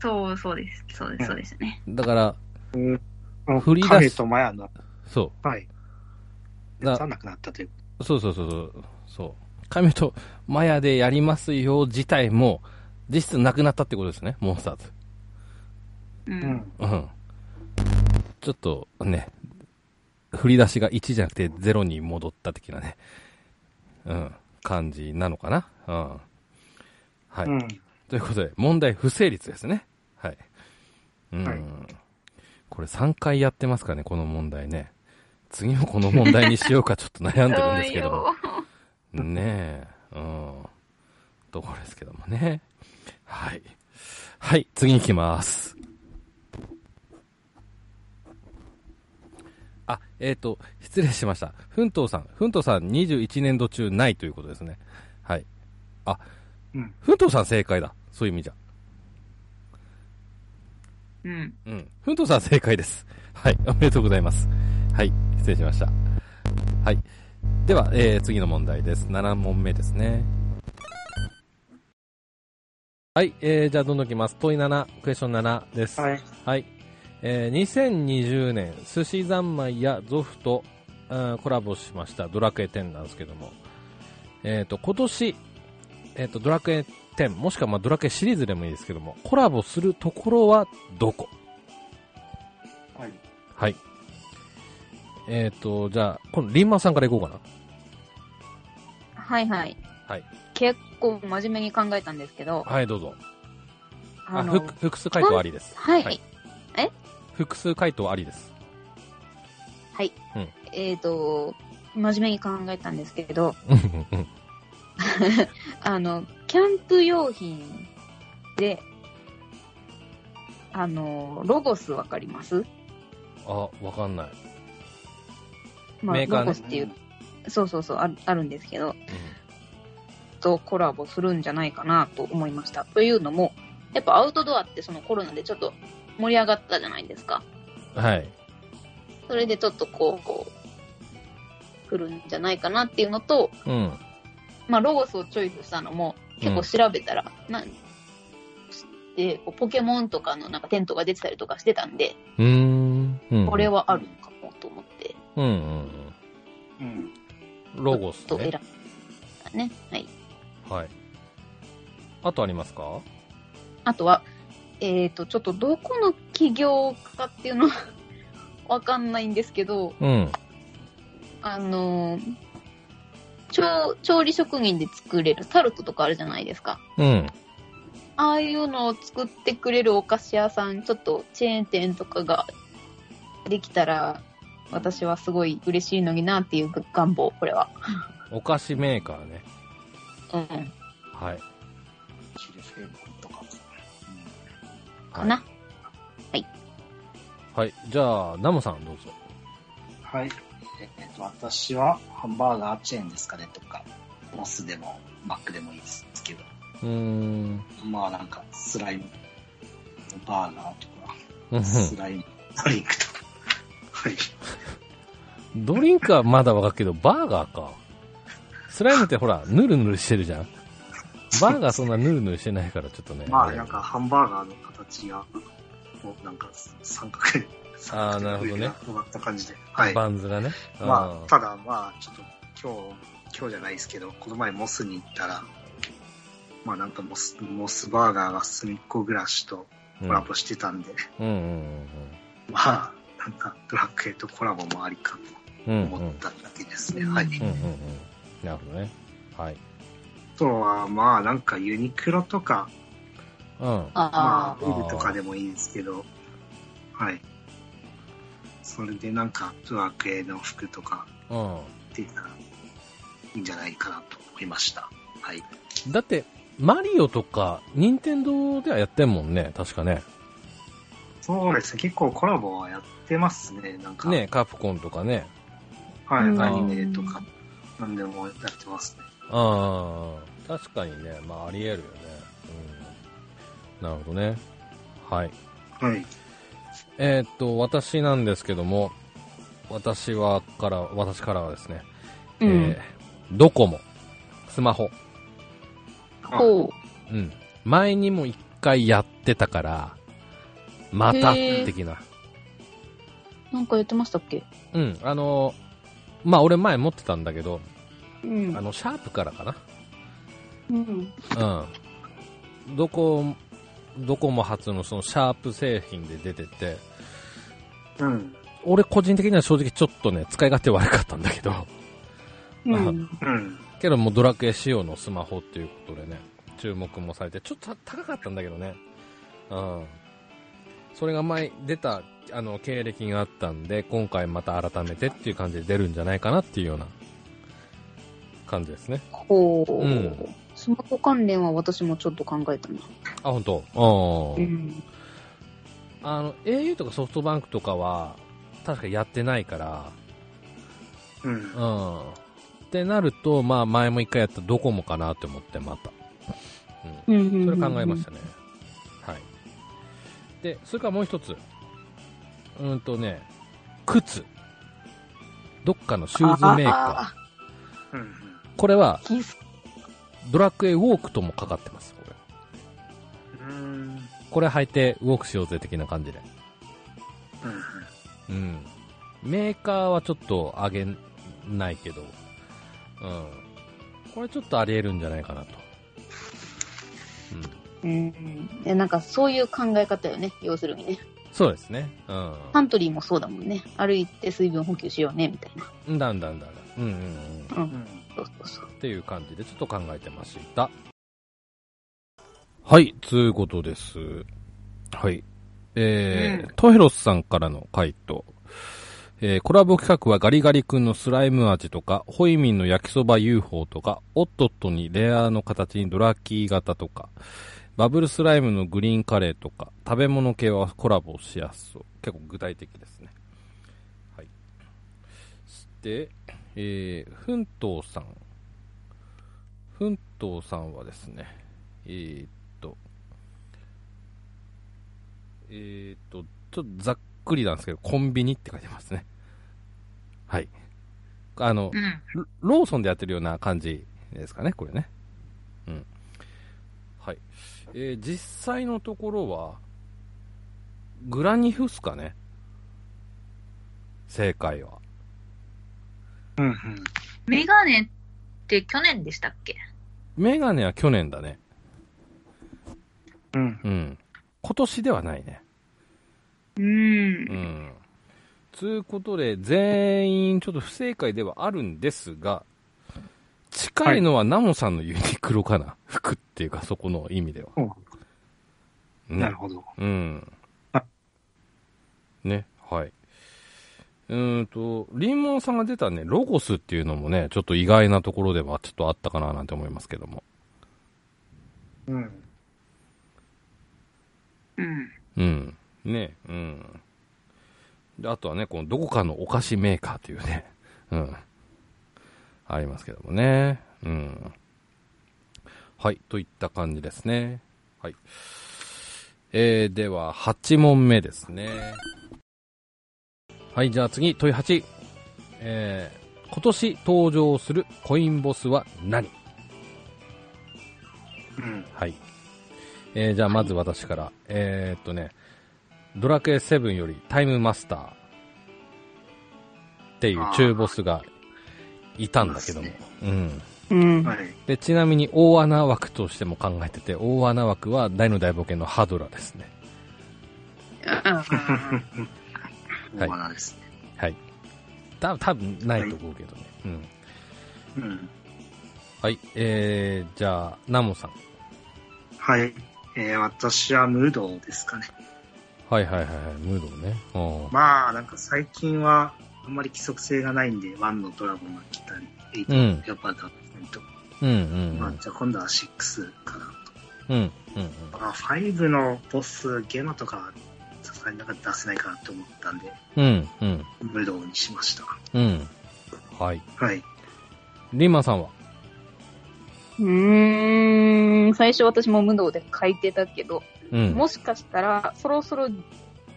そう、そうです。そうです、そうですね。だから、うん振り出す影とマヤの、そはい。な出さなくなったという。う、そうそうそうそう、そう。神とマヤでやりますよ自体も、実質なくなったってことですね、モンスターズ。う。うんん。うん。ちょっとね、振り出しが1じゃなくて0に戻った的なね、うん、感じなのかな。うん。はい。うん。ということで、問題不成立ですね。はい。うん。はいこれ3回やってますからね、この問題ね。次もこの問題にしようかちょっと悩んでるんですけど も。ねえ、うん。ところですけどもね。はい。はい、次行きます。あ、えっ、と、失礼しました。ふんとうさん。ふんとうさん21年度中ないということですね。はい。あ、うんふんとうさん正解だ。そういう意味じゃ。うん。うん。ふんとうさん正解です。はい。おめでとうございます。はい。失礼しました。はい。では、えー、次の問題です。7問目ですね。はい。えー、じゃあどんどんいきます。問い7、クエスチョン7です。はい。はい。えー2020年、寿司三昧やゾフと、うんコラボしましたドラクエ10なんですけども、えっ、と、今年、えっ、と、ドラクエ10、もしくはまあドラクエシリーズでもいいですけども、コラボするところはどこはい。はい。えっ、と、じゃあ、このリンマさんからいこうかな。はいはい。はい。結構真面目に考えたんですけど、はい、どうぞ。ああ、の、複複数回答ありです。はい、複数回答ありです。えっ、と、真面目に考えたんですけど、うんうんうんあの、キャンプ用品で、あの、ロゴスわかりますあ、わかんない。まあ、メーカーねロゴスっていう、そうそうそう、あるあるんですけど、うとコラボするんじゃないかなと思いました。というのも、やっぱアウトドアってそのコロナでちょっと盛り上がったじゃないですか。んはい。それでちょっとこう、こう、来るんじゃないかなっていうのと、うん。まあ、ロゴスをチョイスしたのも、結構調べたら、なん、で、こうポケモンとかのなんかテントが出てたりとかしてたんで、うーん。うんこれ。はあるのかもと思って、うんうんうん。うん。ロゴス、と選んねだ。ね。はい。はい。あとありますかあとは、えっ、と、ちょっとどこの企業かっていうのはわかんないんですけど、うん。あのー調、調理職人で作れるタルトとかあるじゃないですか。うん。ああいうのを作ってくれるお菓子屋さん、ちょっとチェーン店とかができたら、私はすごい嬉しいのになっていう願望、これは。お菓子メーカーね。うん。はい。チリフェイボーとかも。かな。はい。はい。じゃあ、ナムさんどうぞ。うんはい。ええっと、私はハンバーガーチェーンですかねとか、モスでもマックでもいいですけど、うーん。まあなんかスライムバーガーとか、 うんスライムドリンクとか。はい。ドリンクはまだわかるけど、バーガーか。スライムってほら、ヌルヌルしてるじゃんバーガーそんなヌルヌルしてないから、ちょっとね。まああれなんかハンバーガーの形が、もうなんか三角い。あーなるほどね曲がった感じで。はい。バンズがね。まああ、ただまあ、ちょっと今日、今日じゃないですけど、この前モスに行ったら、まあなんかモス、モスバーガーが隅っこ暮らしとーコラボしてたんで、うんうんうんまあ、なんかドラクエとコラボもありかうん。うんとうん。うんうん思っただけですね。はい。うん。なるほどね。はい。あとはまあなんかユニクロとか、うん。あまあ、ーウルとかでもいいんですけど、はい。それでなんかドラクエの服とかうん。っていうのがいいんじゃないかなと思いました。はい。だって、マリオとか、任天堂ではやってんもんね、確かね。そうですね、結構コラボはやってますね、なんか。ね、カプコンとかね。はい、うんアニメとか、なんでもやってますね。ああ、確かにね、まああり得るよね。うん。なるほどね。はい。はい。えーっと、私なんですけども、私はから、私からはですね、あ。うん。えードコモ、スマホ、ほうん。前にも一回やってたから、また、へー的な。う。なんか言ってましたっけうん、あのーまあ俺前持ってたんだけど、うんあ。の、シャープからかな。うん。うん。どこ、どこも初のそのシャープ製品で出てて、うん。俺個人的には正直ちょっとね、使い勝手悪かったんだけど、うん。うん。けどもうドラクエ仕様のスマホっていうことでね、注目もされて、ちょっと高かったんだけどね。うん。それが前出た、あの、経歴があったんで、今回また改めてっていう感じで出るんじゃないかなっていうような感じですね。ほう、うんスマホ関連は私もちょっと考えたな。あ、本当。ううん。ん。あの、au とかソフトバンクとかは、確かやってないから、うんう。ん。ってなると、まあ前も一回やったドコモかなって思って、また。うん。うんうんうんそうんれ考えましたね。はい。で、それからもう一つ。うーんとね、靴。どっかのシューズメーカあうん。ー。これはー、気づドラクエウォークともかかってます、これ。うん。これ履いてウォークしようぜ的な感じで。うん。メーカーはちょっと上げないけど、うん。これちょっとあり得るんじゃないかなと。うん。うん。え、なんかそういう考え方よね。要するにね。そうですね。うん。サントリーもそうだもんね。歩いて水分補給しようね、みたいな。うんだんだんだんだん。うんうんうん。う。うんん。そうそうそう。っていう感じでちょっと考えてました。はい、つうことです。はい。えー、トヘロスさんからの回答。えー、コラボ企画はガリガリ君のスライム味とか、ホイミンの焼きそば UFO とか、オットットにレアの形にドラキー型とか、バブルスライムのグリーンカレーとか、食べ物系はコラボしやすそう。結構具体的ですね。はい。そして、えー、ふんとうさん。ふんとうさんはですね、えーっと、えーっと、ちょっとざっくりなんですけど、コンビニって書いてますね。はい。あの、うん。ロローソンでやってるような感じですかね、これね。うん。はい。えー実際のところは、グラニフスかね。正解は。うんうん。メガネって去年でしたっけメガネは去年だね。うん。うん。今年ではないね。うんう。ん。つうことで、全員ちょっと不正解ではあるんですが、近いのはナモさんのユニクロかな。 服っていうか、そこの意味では。うんねなるほど。うんあ。ね、はい。うーんと、リンモンさんが出たね、ロゴスっていうのもね、ちょっと意外なところではちょっとあったかななんて思いますけども。うん。うん。うん。ね、うん。で、あとはね、このどこかのお菓子メーカーというね、うん。ありますけどもね。うん。はい、といった感じですね。はい。えー、では、8問目ですね。はい、じゃあ次、問い8。えー、今年登場するコインボスは何うん。はい。えーじゃあまず私から。えーっとね、ドラクエ7よりタイムマスターっていう中ボスがいたんだけども。いまうん。うん。はい。で、ちなみに大穴枠としても考えてて、大穴枠は大の大冒険のハドラですね。はい大穴ですね。はい。た多分ないと思うけどね。うん。うん。はい。えー、じゃあ、ナモさん。はい。えー、私はムードですかね。はいはいはいはい、ムードね。うんまあ、なんか最近は、あんまり規則性がないんで、ワンのドラゴンが来たり、エイトうんのヤパーが来たりと。うんうまあん、じゃあ今度は6かなと。うん。うんうんうん。まあ、5のボス、ゲマとかは、さすがになんか出せないかなと思ったんで、うんうん。ムードにしました。うん。はい。はい。リンマンさんはうーん。最初私も無能で書いてたけど、うん。もしかしたら、そろそろ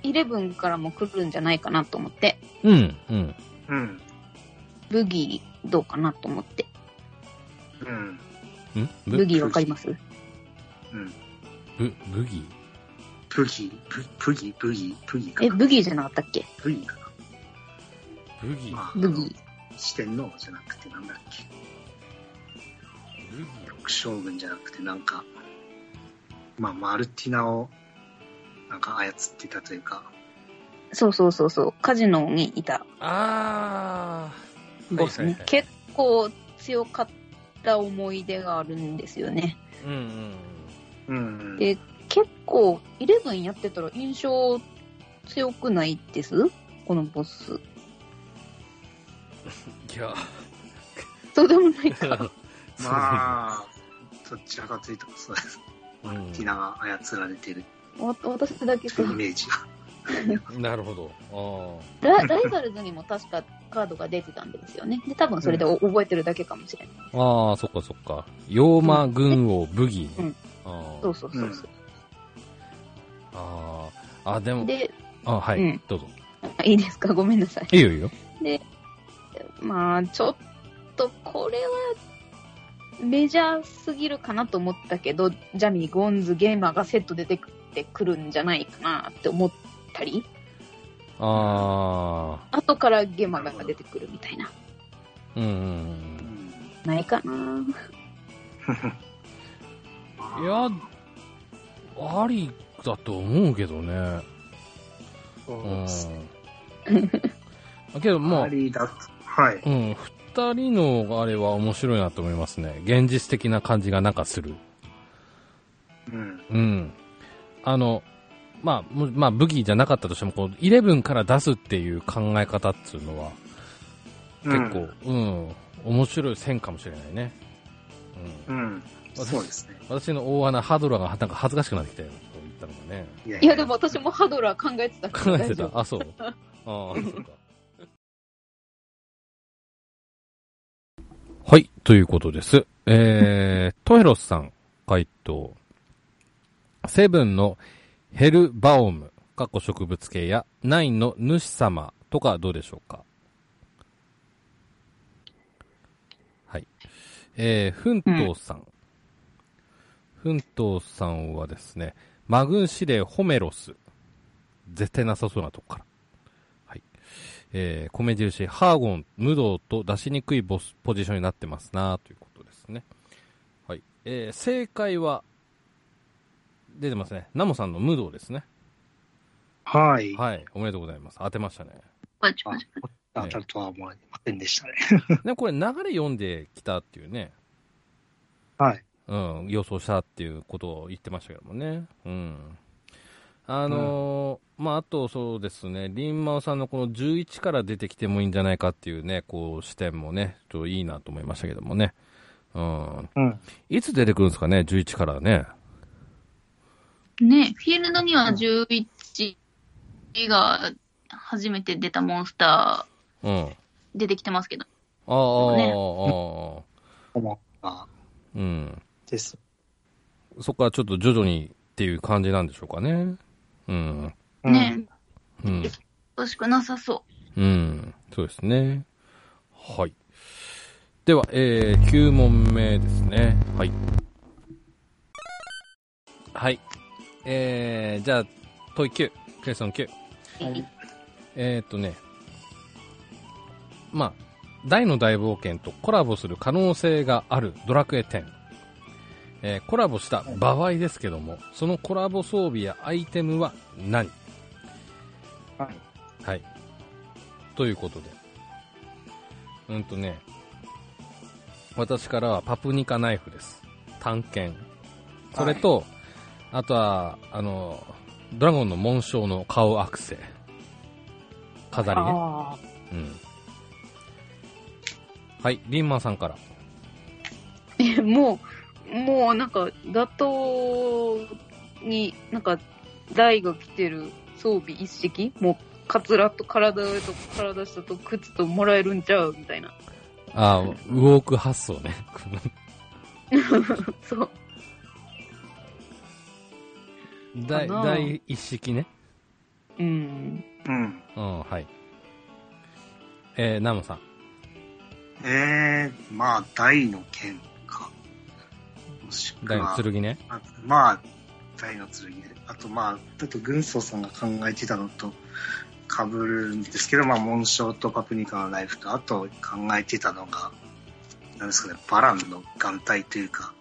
11からも来るんじゃないかなと思って、うん、うん。うん。ブギーどうかなと思って。うん。んブブギーわかりますうん。ブ、ブギプギ、ププギ、プギ、プギかえ、な。ブギーじゃなかったっけプギかな。ブギまあ、ブギー。四天王じゃなくてなんだっけ。ブギ六将軍じゃなくてなんか、まあ、マルティナを、なんか操ってたというか、そうそうそうそう。カジノにいたあー。ボスね。結構強かった思い出があるんですよね。うんうん。うん。で結構、11やってたら印象強くないですこのボス。い や、そうでもないか。まあ、どっちらかというとそうです。うマんルティナが操られてるわ私だけとかいうイメージが。なるほど。ラライバルズにも確かカードが出てたんですよね。で、多分それでお覚えてるだけかもしれない。あー。あー、そっかそっか。妖魔軍王ブギーうねん。あそうーそうそうそう。あー。あ、でも、で、あ、はうんい、どうぞ。あいいですかごめんなさい。いいよいいよ。まあ、ちょっとこれは、メジャーすぎるかなと思ったけど、ジャミー、ゴンズ、ゲーマーがセット出てくるんじゃないかなって思ったり、あ後からゲーマーが出てくるみたいな。ー。うんうんううん。んないかな。いや、ありだと思うけどね。そううんですね。。だけど、もあう、りだと。はい。うん、二人のあれは面白いなと思いますね。現実的な感じがなんかする。うん。うん。あの、まあ、むまあ、武器じゃなかったとしても、こう、11から出すっていう考え方っていうのは、結構、うん、面白い線かもしれないね。う。うんん。うん。そうですね。私の大穴、ハドラがなんか恥ずかしくなってきたよ、こう言ったのがね。いやいや、でも。私もハドラー考えてたか考らえ大て丈た夫。。あ、そう。ああ、 そうか。はい、ということです。えー、トヘロスさん、回答。セブンのヘルバオムかっこ植物系や、ナインの主様とかどうでしょうかはい。えー、奮闘さん。奮闘さんはですね、マグン司令ホメロス。絶対なさそうなとこから。はい。えー、米印、ハーゴン、無道と出しにくいボスポジションになってますなということですね。はい。えー、正解は、出てますね。ナモさんの無道ですね。はい。はい。おめでとうございます。当てました ね。パチパチパチ当たるとは思いませんでしたね。でもこれ流れ読んできたっていうね、はい。うん、予想したっていうことを言ってましたけどもね。うん。あのーまあ、あとそうですね、リンマオさんのこの11から出てきてもいいんじゃないかっていうね、こう視点もね、ちょっといいなと思いましたけどもね。うん。うん。いつ出てくるんですかね、11からね。ね、フィールドには11が初めて出たモンスタうん。あー出てきてますけど。あ、ああ、ねああ、思ったうん。です。そこからちょっと徐々にっていう感じなんでしょうかね。うん。うんね、うん。欲しくなさそうん、そうですね。はい。では、えー、9問目ですね。はい。はい。えー、じゃあ、問い9、クエスチョン9。う。えー、っとね、まあ、大の大冒険とコラボする可能性があるドラクエ10。えーコラボした場合ですけども、そのコラボ装備やアイテムは何はい。はい。ということで。うんとね、私からはパプニカナイフです。探検。それと、あとは、あの、ドラゴンの紋章の顔アクセ。飾りね。あうん。はい、リンマンさんから。あ。もう、もうなんか、妥当に、なんか、台が着てる装備一式もう、カツラと体上と体下と靴ともらえるんちゃうみたいな。あーウォーク発想ね。 そう。第かな第一式ね。うん。うん。うん、はい。えー、ナムさん。えー、まあ、大の剣か。もしく第のは、剣ね。あまあ、大の剣で。あと、まあ、ちょっと軍曹さんが考えてたのと被るんですけど、まあ、紋章とパプニカのナイフと、あと考えてたのが、なんですかね、バランの眼帯というか、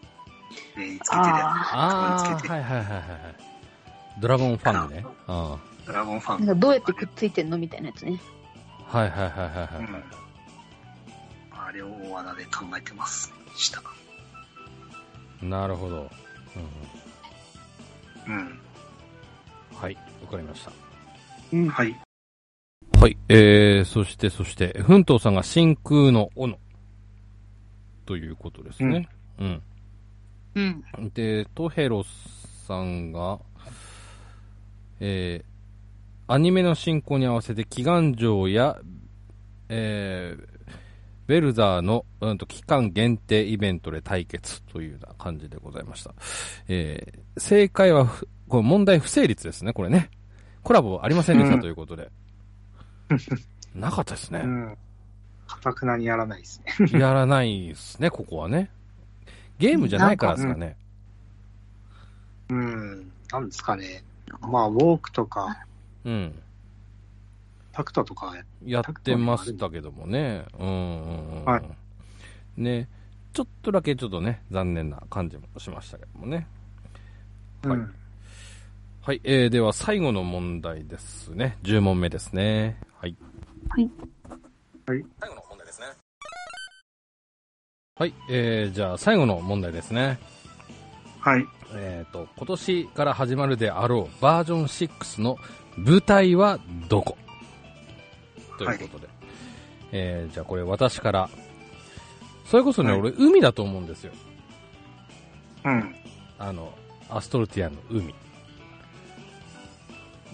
えー、つけてるやああこあれー、つけてはいはいはいはいはい。ドラゴンファンね。あつドラゴンファあ。ン。なんか、どうやってくっついてんのみたいなやつね。あ、はいはいはいはいはい。うん、あれを大穴で考えてます。した。なるほど。うんうん。うん、はい、わかりました。うん。はい。はい、えー、そして、そして、奮闘さんが真空の斧。ということですね。うん。うん。で、トヘロさんが、えー、アニメの進行に合わせて、祈願城や、えー、ベルザーの、うんと、期間限定イベントで対決というような感じでございました。えー、正解はふ、これ問題不成立ですね、これね。コラボありませんでしたということで。なかったですね。うん。かたくなにやらないですね。やらないですね、ここはね。ゲームじゃないからですかね。うん。なんですかね。まあ、ウォークとか、うん。タクタとか、やってましたけどもね。うんうんうん。はいね、ちょっとだけちょっとね、残念な感じもしましたけどもね。はいうんはい、えー、では最後の問題ですね。10問目ですね。はい。はい。はい。最後の問題ですね。はい、えー、じゃあ最後の問題ですね。はい。えーと、今年から始まるであろうバージョン6の舞台はどこということで。えーじゃあこれ私から。それこそね、はい俺海だと思うんですよ。うん。あの、アストルティアの海。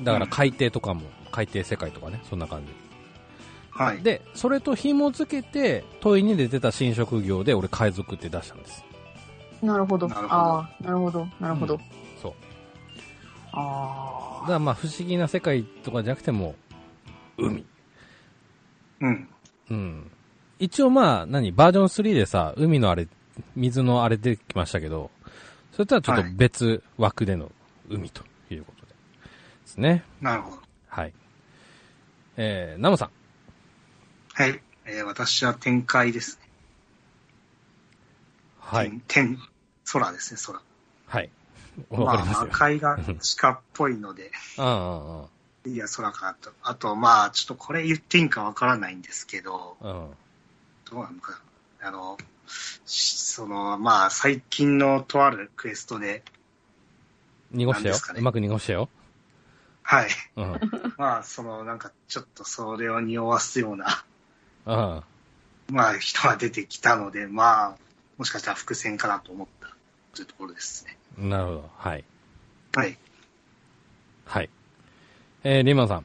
だから海底とかも、海底世界とかね、そんな感じ。はい。で、それと紐付けて、問いに出てた新職業で俺海賊って出したんです。なるほど。なるほどああ、なるほど。なるほど。そう。だあからまあ不思議な世界とかじゃなくても、海。うん。うん。一応まあ、何、バージョン3でさ、海のあれ、水のあれ出てきましたけど、それとはちょっとはい別枠での海ということで。ですね。なるほど。はい。えー、ナムさん。はい。えー私は展開ですね。はい。天、天空ですね、空。はい。わかりますよ。赤いが鹿っぽいので、うんうんいや、空かなと。あと、まあ、ちょっとこれ言っていいんかわからないんですけど、うん。うん。どうなのかな。あの、しその、まあ、最近のとあるクエストで、濁したなんよで。すかねうまく濁したよ。はい。うん。まあ、その、なんか、ちょっとそれを匂わすような、うん。まあ、人が出てきたので、まあ、もしかしたら伏線かなと思ったというところですね。なるほど。はい。はい。はい。えー、リンマンさん。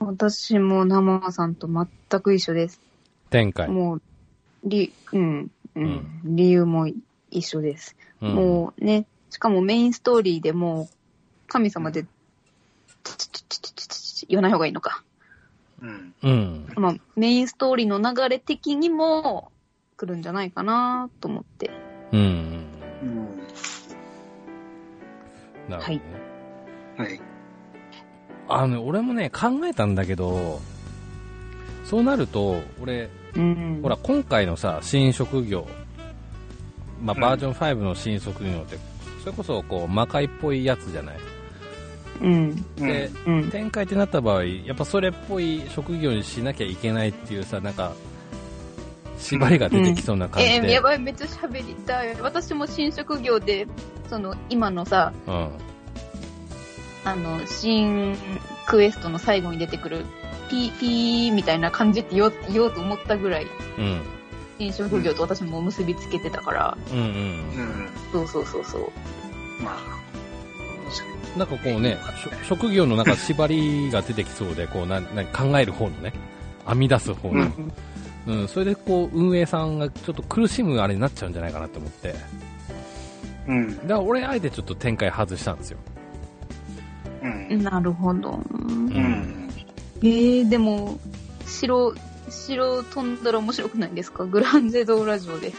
あ。私も生さんと全く一緒です。展開。もう、理、うん、うん、うん理由も一緒です。うんもうね、しかもメインストーリーでもう、神様で、チチチチチチチチ言わない方がいいのか。うん。うん。まあ、メインストーリーの流れ的にも、来るんじゃないかなと思って。うん。うん。なるほど、ねはいはい。あのね、俺もね、考えたんだけど、そうなると、俺、うん。ほら、、今回のさ、新職業、まあ、うんバージョン5の新職業って、それこそ、こう、魔界っぽいやつじゃない。うん、で、うん。展開ってなった場合、やっぱそれっぽい職業にしなきゃいけないっていうさ、なんか、縛りが出てきそうな感じで。えーやばい、めっちゃ喋りたい。私も新職業で、その、今のさ、うん。あの、新クエストの最後に出てくる、ピー、ピーみたいな感じって言おう言おうと思ったぐらい、うん。新職業と私も結びつけてたから、うんう。うんそうそうそうそう。まあ、ん。なんかこうね、しょ職業のなんか縛りが出てきそうで、こう、なんなんか考える方のね、編み出す方うの。ん。うん、それでこう運営さんがちょっと苦しむあれになっちゃうんじゃないかなと思って、だかうん。ら俺、あえてちょっと展開外したんですよ。うん。なるほど。うん。えー、でも、白、白飛んだら面白くないですかグランゼドラジオで。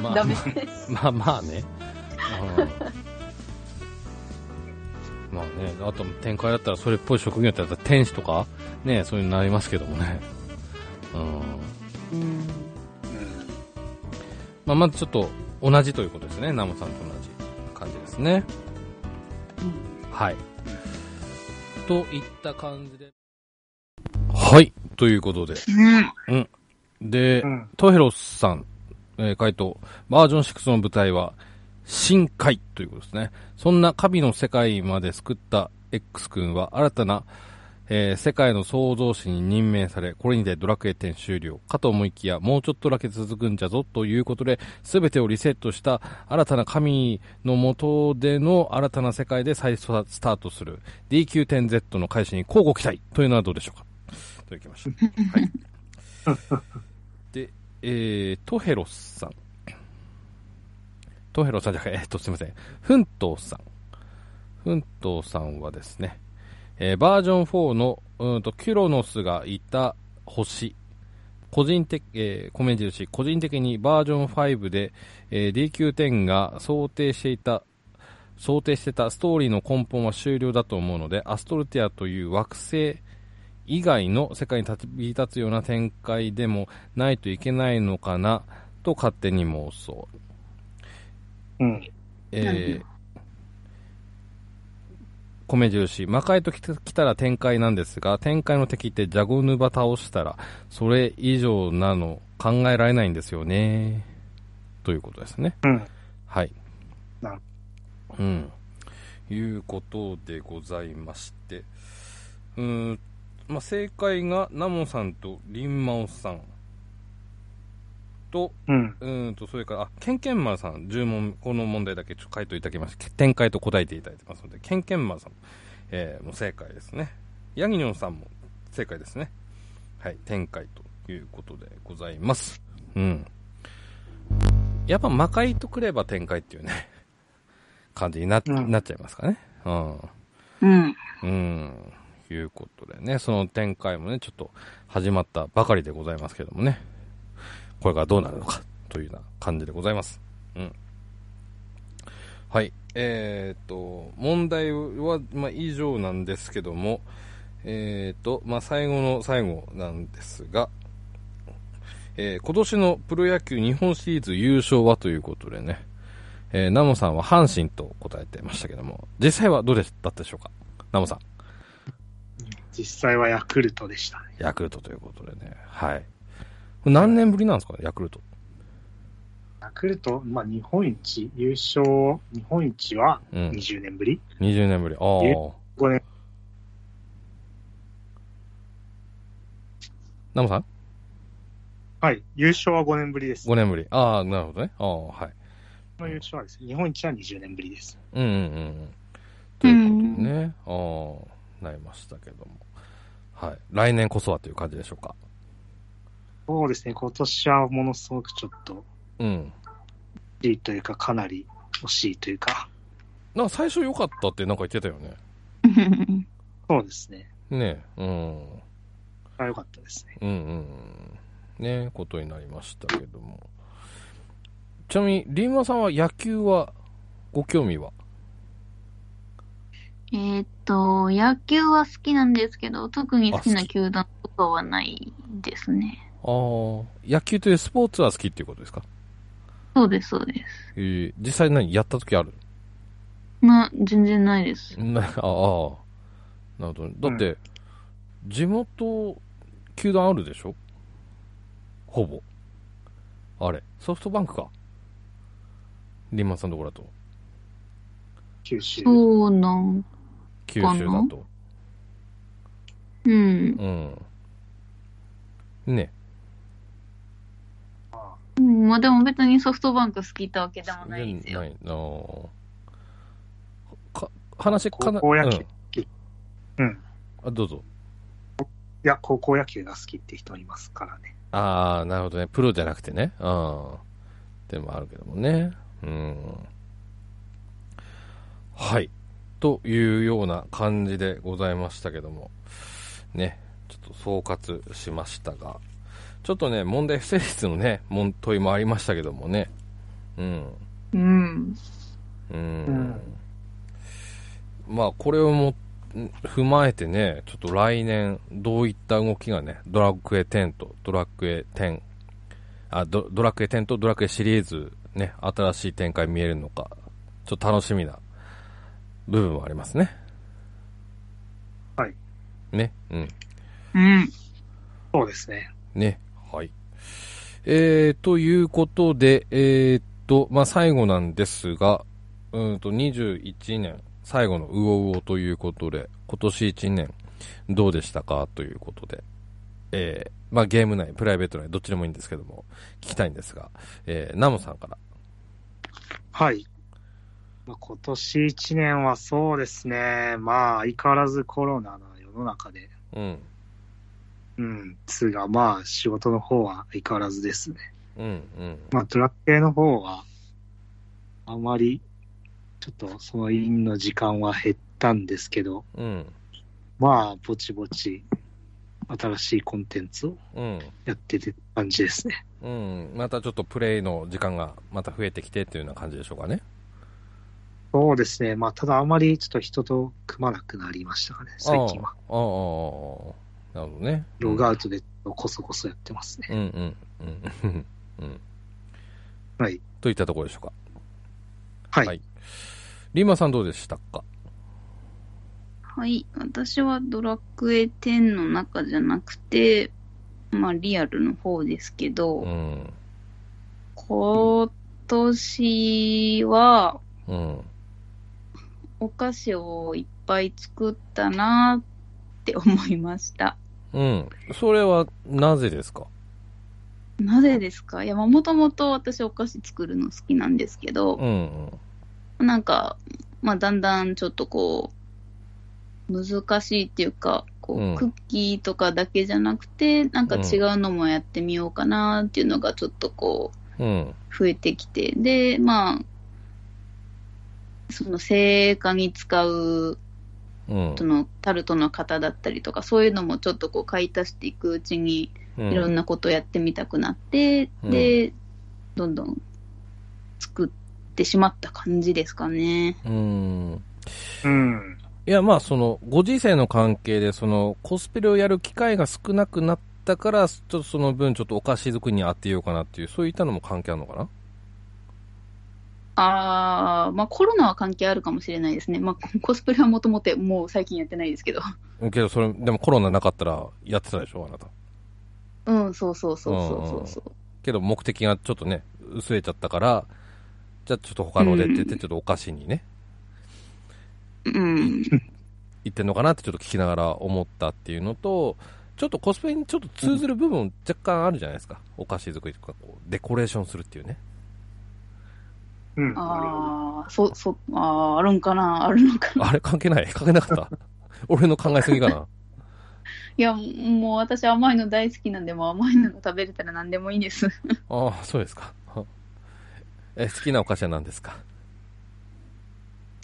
まあ、ダメです。まあまあね。うんまあね、あと展開だったらそれっぽい職業だったら天使とか、ね、そういうのになりますけどもね。うん。 うん。まあ、まずちょっと同じということですね。ナムさんと同じ感じですね。はい。といった感じで。はい。ということで。うん。で、うん。トヘロスさん、えー回答、バージョン6の舞台は、深海ということですね。そんな神の世界まで救った X 君は、新たな、えー世界の創造主に任命され、これにてドラクエ10終了。かと思いきや、もうちょっとだけ続くんじゃぞ、ということで、すべてをリセットした新たな神の下での新たな世界で再スタートする DQ10Z の開始に交互期待というのはどうでしょうかいただきました。はい、で、えー、トヘロスさん。トヘロスさんじゃない、えーっと、すいません。フントーさん。フントーさんはですね、えーバージョン4の、うーんと、キュロノスがいた星。個人的、えー、米印、個人的にバージョン5で、えー DQ10 が想定していた、想定してたストーリーの根本は終了だと思うので、アストルティアという惑星以外の世界に立び立つような展開でもないといけないのかな、と勝手に妄想。うん。えー、米印、魔界ときた来たら展開なんですが、展開の敵ってジャゴヌバ倒したら、それ以上なの考えられないんですよね。ということですね。うん。はい。なるうん。いうことでございまして。うーん。まあ、正解が、ナモさんとリンマオさん。と、うん。うーんと、それから、あ、ケンケンマンさん、10問、この問題だけちょっと回答いただきまして、展開と答えていただいてますので、ケンケンマンさん、えーもう正解ですね。ヤギニョンさんも正解ですね。はい、展開ということでございます。うん。やっぱ魔界とくれば展開っていうね、感じにな,、 うんなっちゃいますかね。うん。うん。うん。いうことでね、その展開もね、ちょっと始まったばかりでございますけどもね、これからどうなるのか、というような感じでございます。うん。はい。えーっと、問題は、まあ、以上なんですけども、えーっと、まあ、最後の最後なんですが、えー今年のプロ野球日本シリーズ優勝はということでね、えーナモさんは阪神と答えてましたけども、実際はどうでしたでしょうかナモさん。実際はヤクルトでしたね。ヤクルトということでね。はい。何年ぶりなんですかね、ヤクルト。ヤクルト、まあ、日本一、優勝、日本一はうん。 20年ぶり、 20年ぶり。ああ。 ?5 年、ナムさんはい、優勝は5年ぶりです。 ?5 年ぶり。ああ、なるほどね。ああ、はい。の優勝はですね、日本一は20年ぶりです。うんうんうんうん。ということでね。ああ、なりましたけども。はい。来年こそはという感じでしょうか。そうですね、今年はものすごくちょっと、うん。いいというか、かなり惜しいというか、なんか最初良かったってなんか言ってたよね。そうですね、ねえ。うん。あ良かったですね。うんうんうん。ね、ことになりましたけども。ちなみに、リンマさんは野球は、ご興味はえーっと、野球は好きなんですけど、特に好きな球団とかはないですね。ああ、野球というスポーツは好きっていうことですかそうです、そうです。えー実際何やった時あるな、全然ないで す。なああ、なるほどね。だって、地元、球団あるでしょほぼ。あれ、ソフトバンクか。リンマンさんのところだと。九州。そうなん、九州だと。うん。うん。ね。うんまあでも別にソフトバンク好きってわけでもないですよ。ないなあか話かな高校野球うんうんあどうぞいや、高校野球が好きって人いますからね。ああなるほどねプロじゃなくてねうんでもあるけどもねうんはいというような感じでございましたけどもねちょっと総括しましたがちょっとね問題不成立のね問問いもありましたけどもねうんうん。ううんんまあ、これをもん踏まえてね、ちょっと来年、どういった動きがね、ドラクエ10とドラクエ10、あ、ドドラクエ10とドラクエシリーズ、ね、新しい展開見えるのか、ちょっと楽しみな部分はありますね。はい。ね、うん。うん。そうですね。ね。はい。えー、ということで、えーっと、まあ、最後なんですが、うーんと、21年、最後のうおうおということで、今年1年、どうでしたかということで、えー、まあ、ゲーム内、プライベート内、どっちでもいいんですけども、聞きたいんですが、えー、ナムさんから。はい。まあ、今年一年はそうですね、まあ、相変わらずコロナの世の中で、うん。うん、つが、まあ、仕事の方は相変わらずですね。うん、うん。まあ、ドラッケーの方は、あまり、ちょっとその委員の時間は減ったんですけど、うん。まあ、ぼちぼち、新しいコンテンツをうん。やってて感じですね。うん。またちょっとプレイの時間が、また増えてきてっていうような感じでしょうかね。そうですね。まあ、ただあまりちょっと人と組まなくなりましたかね、最近はあ。ああああああなるほどね。ログアウトでこそこそやってますうね。んうんうん うんうん。はい。といったところでしょうか。はい。はいリーマさんどうでしたかはい。私はドラクエ10の中じゃなくて、まあリアルの方ですけど、うん。今年は、うん。お菓子をいっぱい作ったなって思いました。うん。それはなぜですかなぜですかいや、もともと私お菓子作るの好きなんですけどう、んなんか、まあ、だんだんちょっとこう、難しいっていうか、こうんう、クッキーとかだけじゃなくて、なんか違うのもやってみようかなっていうのがちょっとこう、うん。うん。増えてきて、で、まあ、その聖火に使ううんそのタルトの型だったりとかそういうのもちょっとこう買い足していくうちにうんいろんなことをやってみたくなって、うんでどんどん作ってしまった感じですかね。うんうん。いやまあそのご時世の関係でそのコスプレをやる機会が少なくなったからちょっとその分ちょっとお菓子作りに当てようかなっていうそういったのも関係あるのかなあーまあコロナは関係あるかもしれないですね。まあ コスプレはもともともう最近やってないですけど。うんけどそれでもコロナなかったらやってたでしょあなたうん、そうそうそうそうそうそう。けど目的がちょっとね薄れちゃったからじゃあちょっと他のでって言ってちょっとお菓子にねうん。行ってんのかなってちょっと聞きながら思ったっていうのとちょっとコスプレにちょっと通ずる部分若干あるじゃないですかお菓子作りとかこうデコレーションするっていう ねうん。ああ、そ、そ、ああ、あるんかな、あるのかな。あれ関係ない関係なかった俺の考えすぎか ないや、もう私甘いの大好きなんで、もう甘いのが食べれたら何でもいいです。ああそうですかえ好きなお菓子は何ですか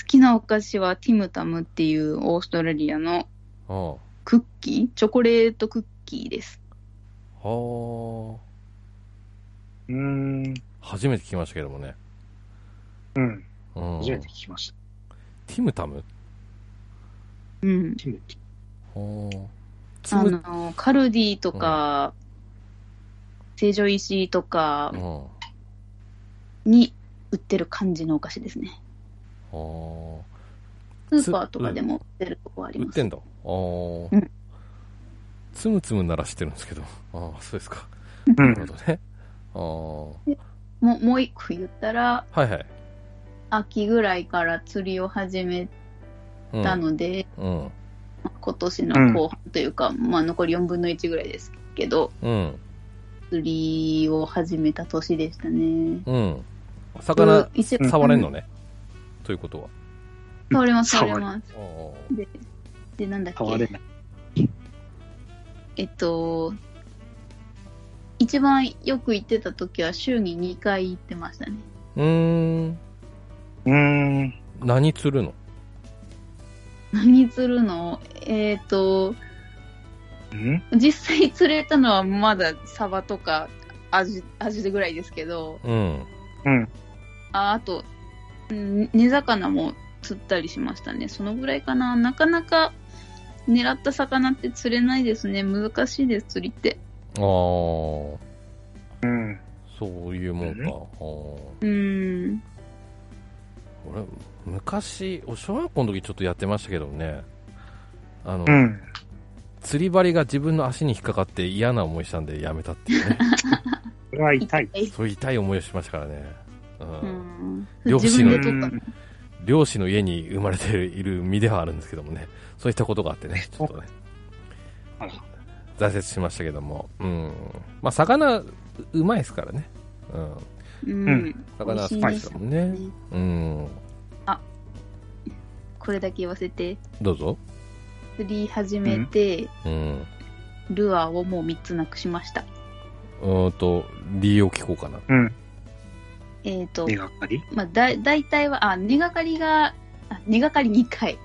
好きなお菓子はティムタムっていうオーストラリアのああクッキーチョコレートクッキーです。はうん。あ初めて聞きましたけどもね、うん。うん、初めて聞きました。ティムタムうん。ティムティはあつあぶの、カルディとか、成城石井とかうんはに売ってる感じのお菓子ですね。あスーパーとかでも売ってるとこあり売っまてす。んだ。あーうんつむつむならしてるんですけど。ああ、そうですか。うなるほん。どね。ああもう、もう一個言ったら、はいはい。秋ぐらいから釣りを始めうんたので、うん。今年の後半というか、まあ残り4分の1ぐらいですけど、うん。釣りを始めた年でしたね。うん。魚う、一応触れんのね。ということは。触れます、触触れれます。ああで、でなんだっ変われけ、ない。えっと、一番よく行ってた時は週に2回行ってましたね。 うーん。うん。何釣るの何釣るのえっ、と、うん実際釣れたのはまだサバとかアジ、アジぐらいですけど、うん。うん。ああと、うん根魚も釣ったりしましたね。そのぐらいかな。なかなか狙った魚って釣れないですね。難しいです、釣りって。ああ、そうん。ういうもんか。うんああうん。俺、昔、お小学校の時ちょっとやってましたけどね。あの、うん。釣り針が自分の足に引っかかって嫌な思いしたんでやめたっていう ね。これは痛い。そういう痛い思いをしましたからね。うんうん。漁師自の分で取ったの。漁師の家に生まれている身ではあるんですけどもね、そういったことがあってね、ちょっとね、あら挫折しましたけども、うん。まあ、魚、ううまいですからね。うん。うん。うん魚はス美パ味イしいスでだもんね。すねうん。これだけ言わせて、どうぞ。釣り始めて、うん。ルアーをもう3つなくしました。うーんと、理由を聞こうかな。うん。えっ、と目、がかりまあ、だ、大体は、あ、根がかりが、あ、根がかり2回。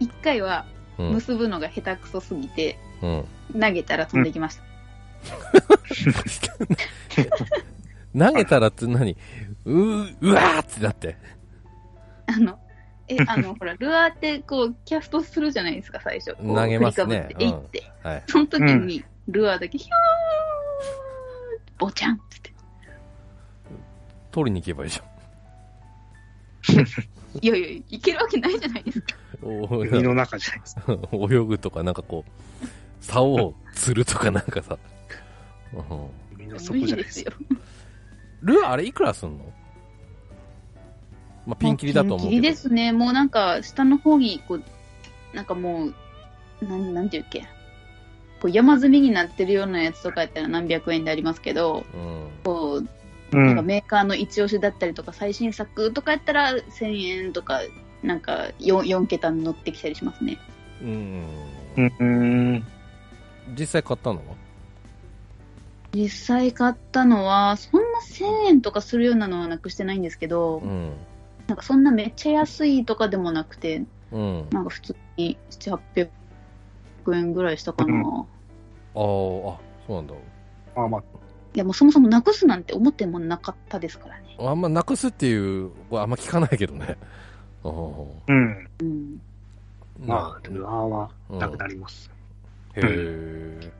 1回はうん。結ぶのが下手くそすぎて、うん。 投げたら飛んできました。投げたらって何うー、うわーってなって。あの、え、あの、 ほら、ルアーってこう、キャストするじゃないですか、最初。こう投げますね振りかぶって、えいって。はい。その時に、ルアーだけ、ひょーってぼちゃんって言取りに行けばいいじゃん。って。いやいや、いけるわけないじゃないですか。 お海ーの中じゃないですか。泳ぐとか、なんかこう、竿を釣るとかなんかさ。うん海の底無じ理ゃないでですすよか。。ルアーあれいくらすんのまあ、ピンキリだと思うピけンキど。リですね。もうなんか、下の方に、こう、なんかもう、なん、なんていうっけ。こう山積みになってるようなやつとかやったら何百円でありますけど、うん。こう、うなんかん。メーカーの一押しだったりとか、最新作とかやったら1000円とか、なんか 4, 4桁に乗ってきたりしますね。うん。うん。実際買ったのは実際買ったのは、そんな1000円とかするようなのはなくしてないんですけどう、ん。なんかそんなめっちゃ安いとかでもなくて、うん。なんか普通に7、800円ぐらいしたかな。うんいあーあ、そうなんだ。まあまあ、や、もうそもそもなくすなんて思ってもなかったですからね。あんまなくすっていう、これあんま聞かないけどね。あーうん。うん。まあ、ルアーはあなくなります。へえ。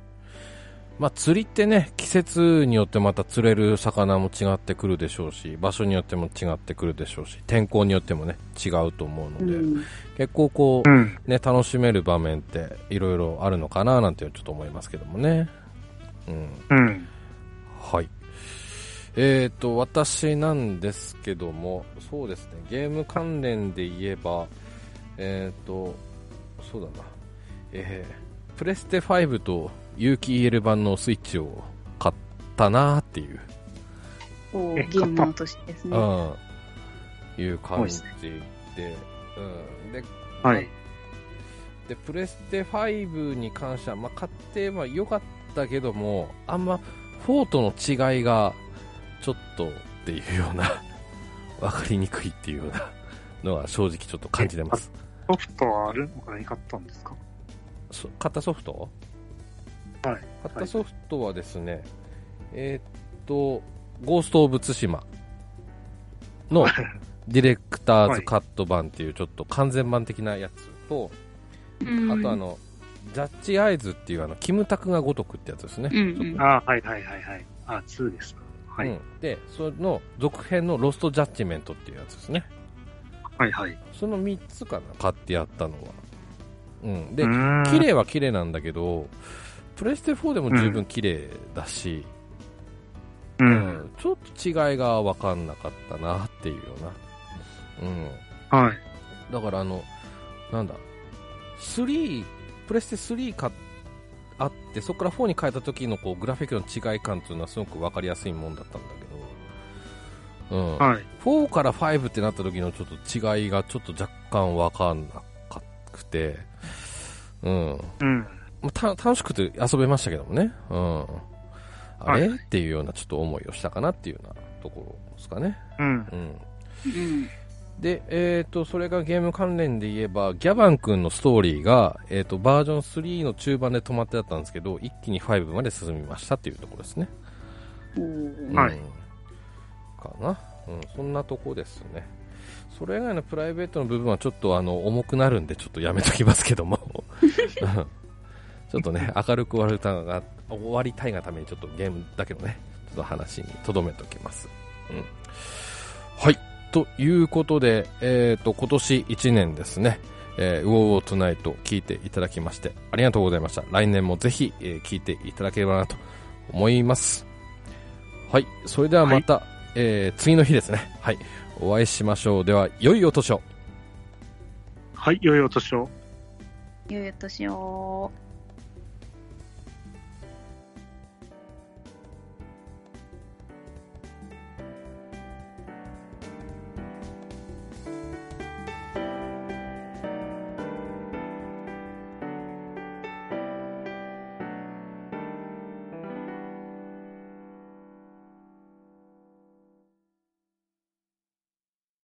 まあ、釣りってね、季節によってまた釣れる魚も違ってくるでしょうし、場所によっても違ってくるでしょうし、天候によってもね、違うと思うのうで、ん、結構こうう、ん。ね、楽しめる場面っていろいろあるのかななんてちょっと思いますけどもね。うん。うん。はい。えっ、と、私なんですけども、そうですね、ゲーム関連で言えば、えっ、と、そうだな、えープレステ5と有機 EL 版のスイッチを買ったなーっていう、こう、えゲームの年ですね。うん、いう感じで、うん。で、はい。でプレステ5に関しては、まあ、買っては良かったけどもあんま4との違いがちょっとっていうような 分かりにくいっていうようなのは正直ちょっと感じてますソフトはある他に買ったんですかそ買ったソフトはい買ったソフトはですね、えーっと「ゴースト・オブ・ツシマ」 のディレクターズカット版っていうちょっと完全版的なやつと、うんあとあの、ジャッジアイズっていうあの、キムタクがごとくってやつですね。うんうんあはいはいはいはい。あ、2です。はい。うんで、その続編のロストジャッジメントっていうやつですね。はいはい。その3つかな、買ってやったのは。うん。でう、ーん綺麗は綺麗なんだけど、プレステ4でも十分綺麗だし、う。うんん、ちょっと違いが分かんなかったなっていうような。うん。はい。だからあの、なんだ、3、プレステ3買っあって、そこから4に変えた時のこうグラフィックの違い感というのはすごく分かりやすいもんだったんだけど、うん、はい。 4から5ってなった時のちょっと違いがちょっと若干分かんなくて、うん、うん。まあた楽しくて遊べましたけどもね、うん、あれ、はいっていうようなちょっと思いをしたかなっていうようなところですかね。うん。うんうん。で、えー、とそれがゲーム関連で言えばギャバン君のストーリーが、えー、とバージョン3の中盤で止まってだったんですけど一気に5まで進みましたっていうところですね、うんはいかな、うん、そんなとこですねそれ以外のプライベートの部分はちょっとあの重くなるんでちょっとやめときますけども うんちょっとね明るく終わるたが終わりたいがためにちょっとゲームだけのねちょっと話にとどめときます、うん、はいということで、えー、と今年1年ですね、えー、ウォーウォートゥナイト聞いていただきましてありがとうございました来年もぜひ、えー聞いていただければなと思いますはいそれではまた、えー次の日ですねはいお会いしましょうでは良いお年をはい、良いお年を。良いお年を。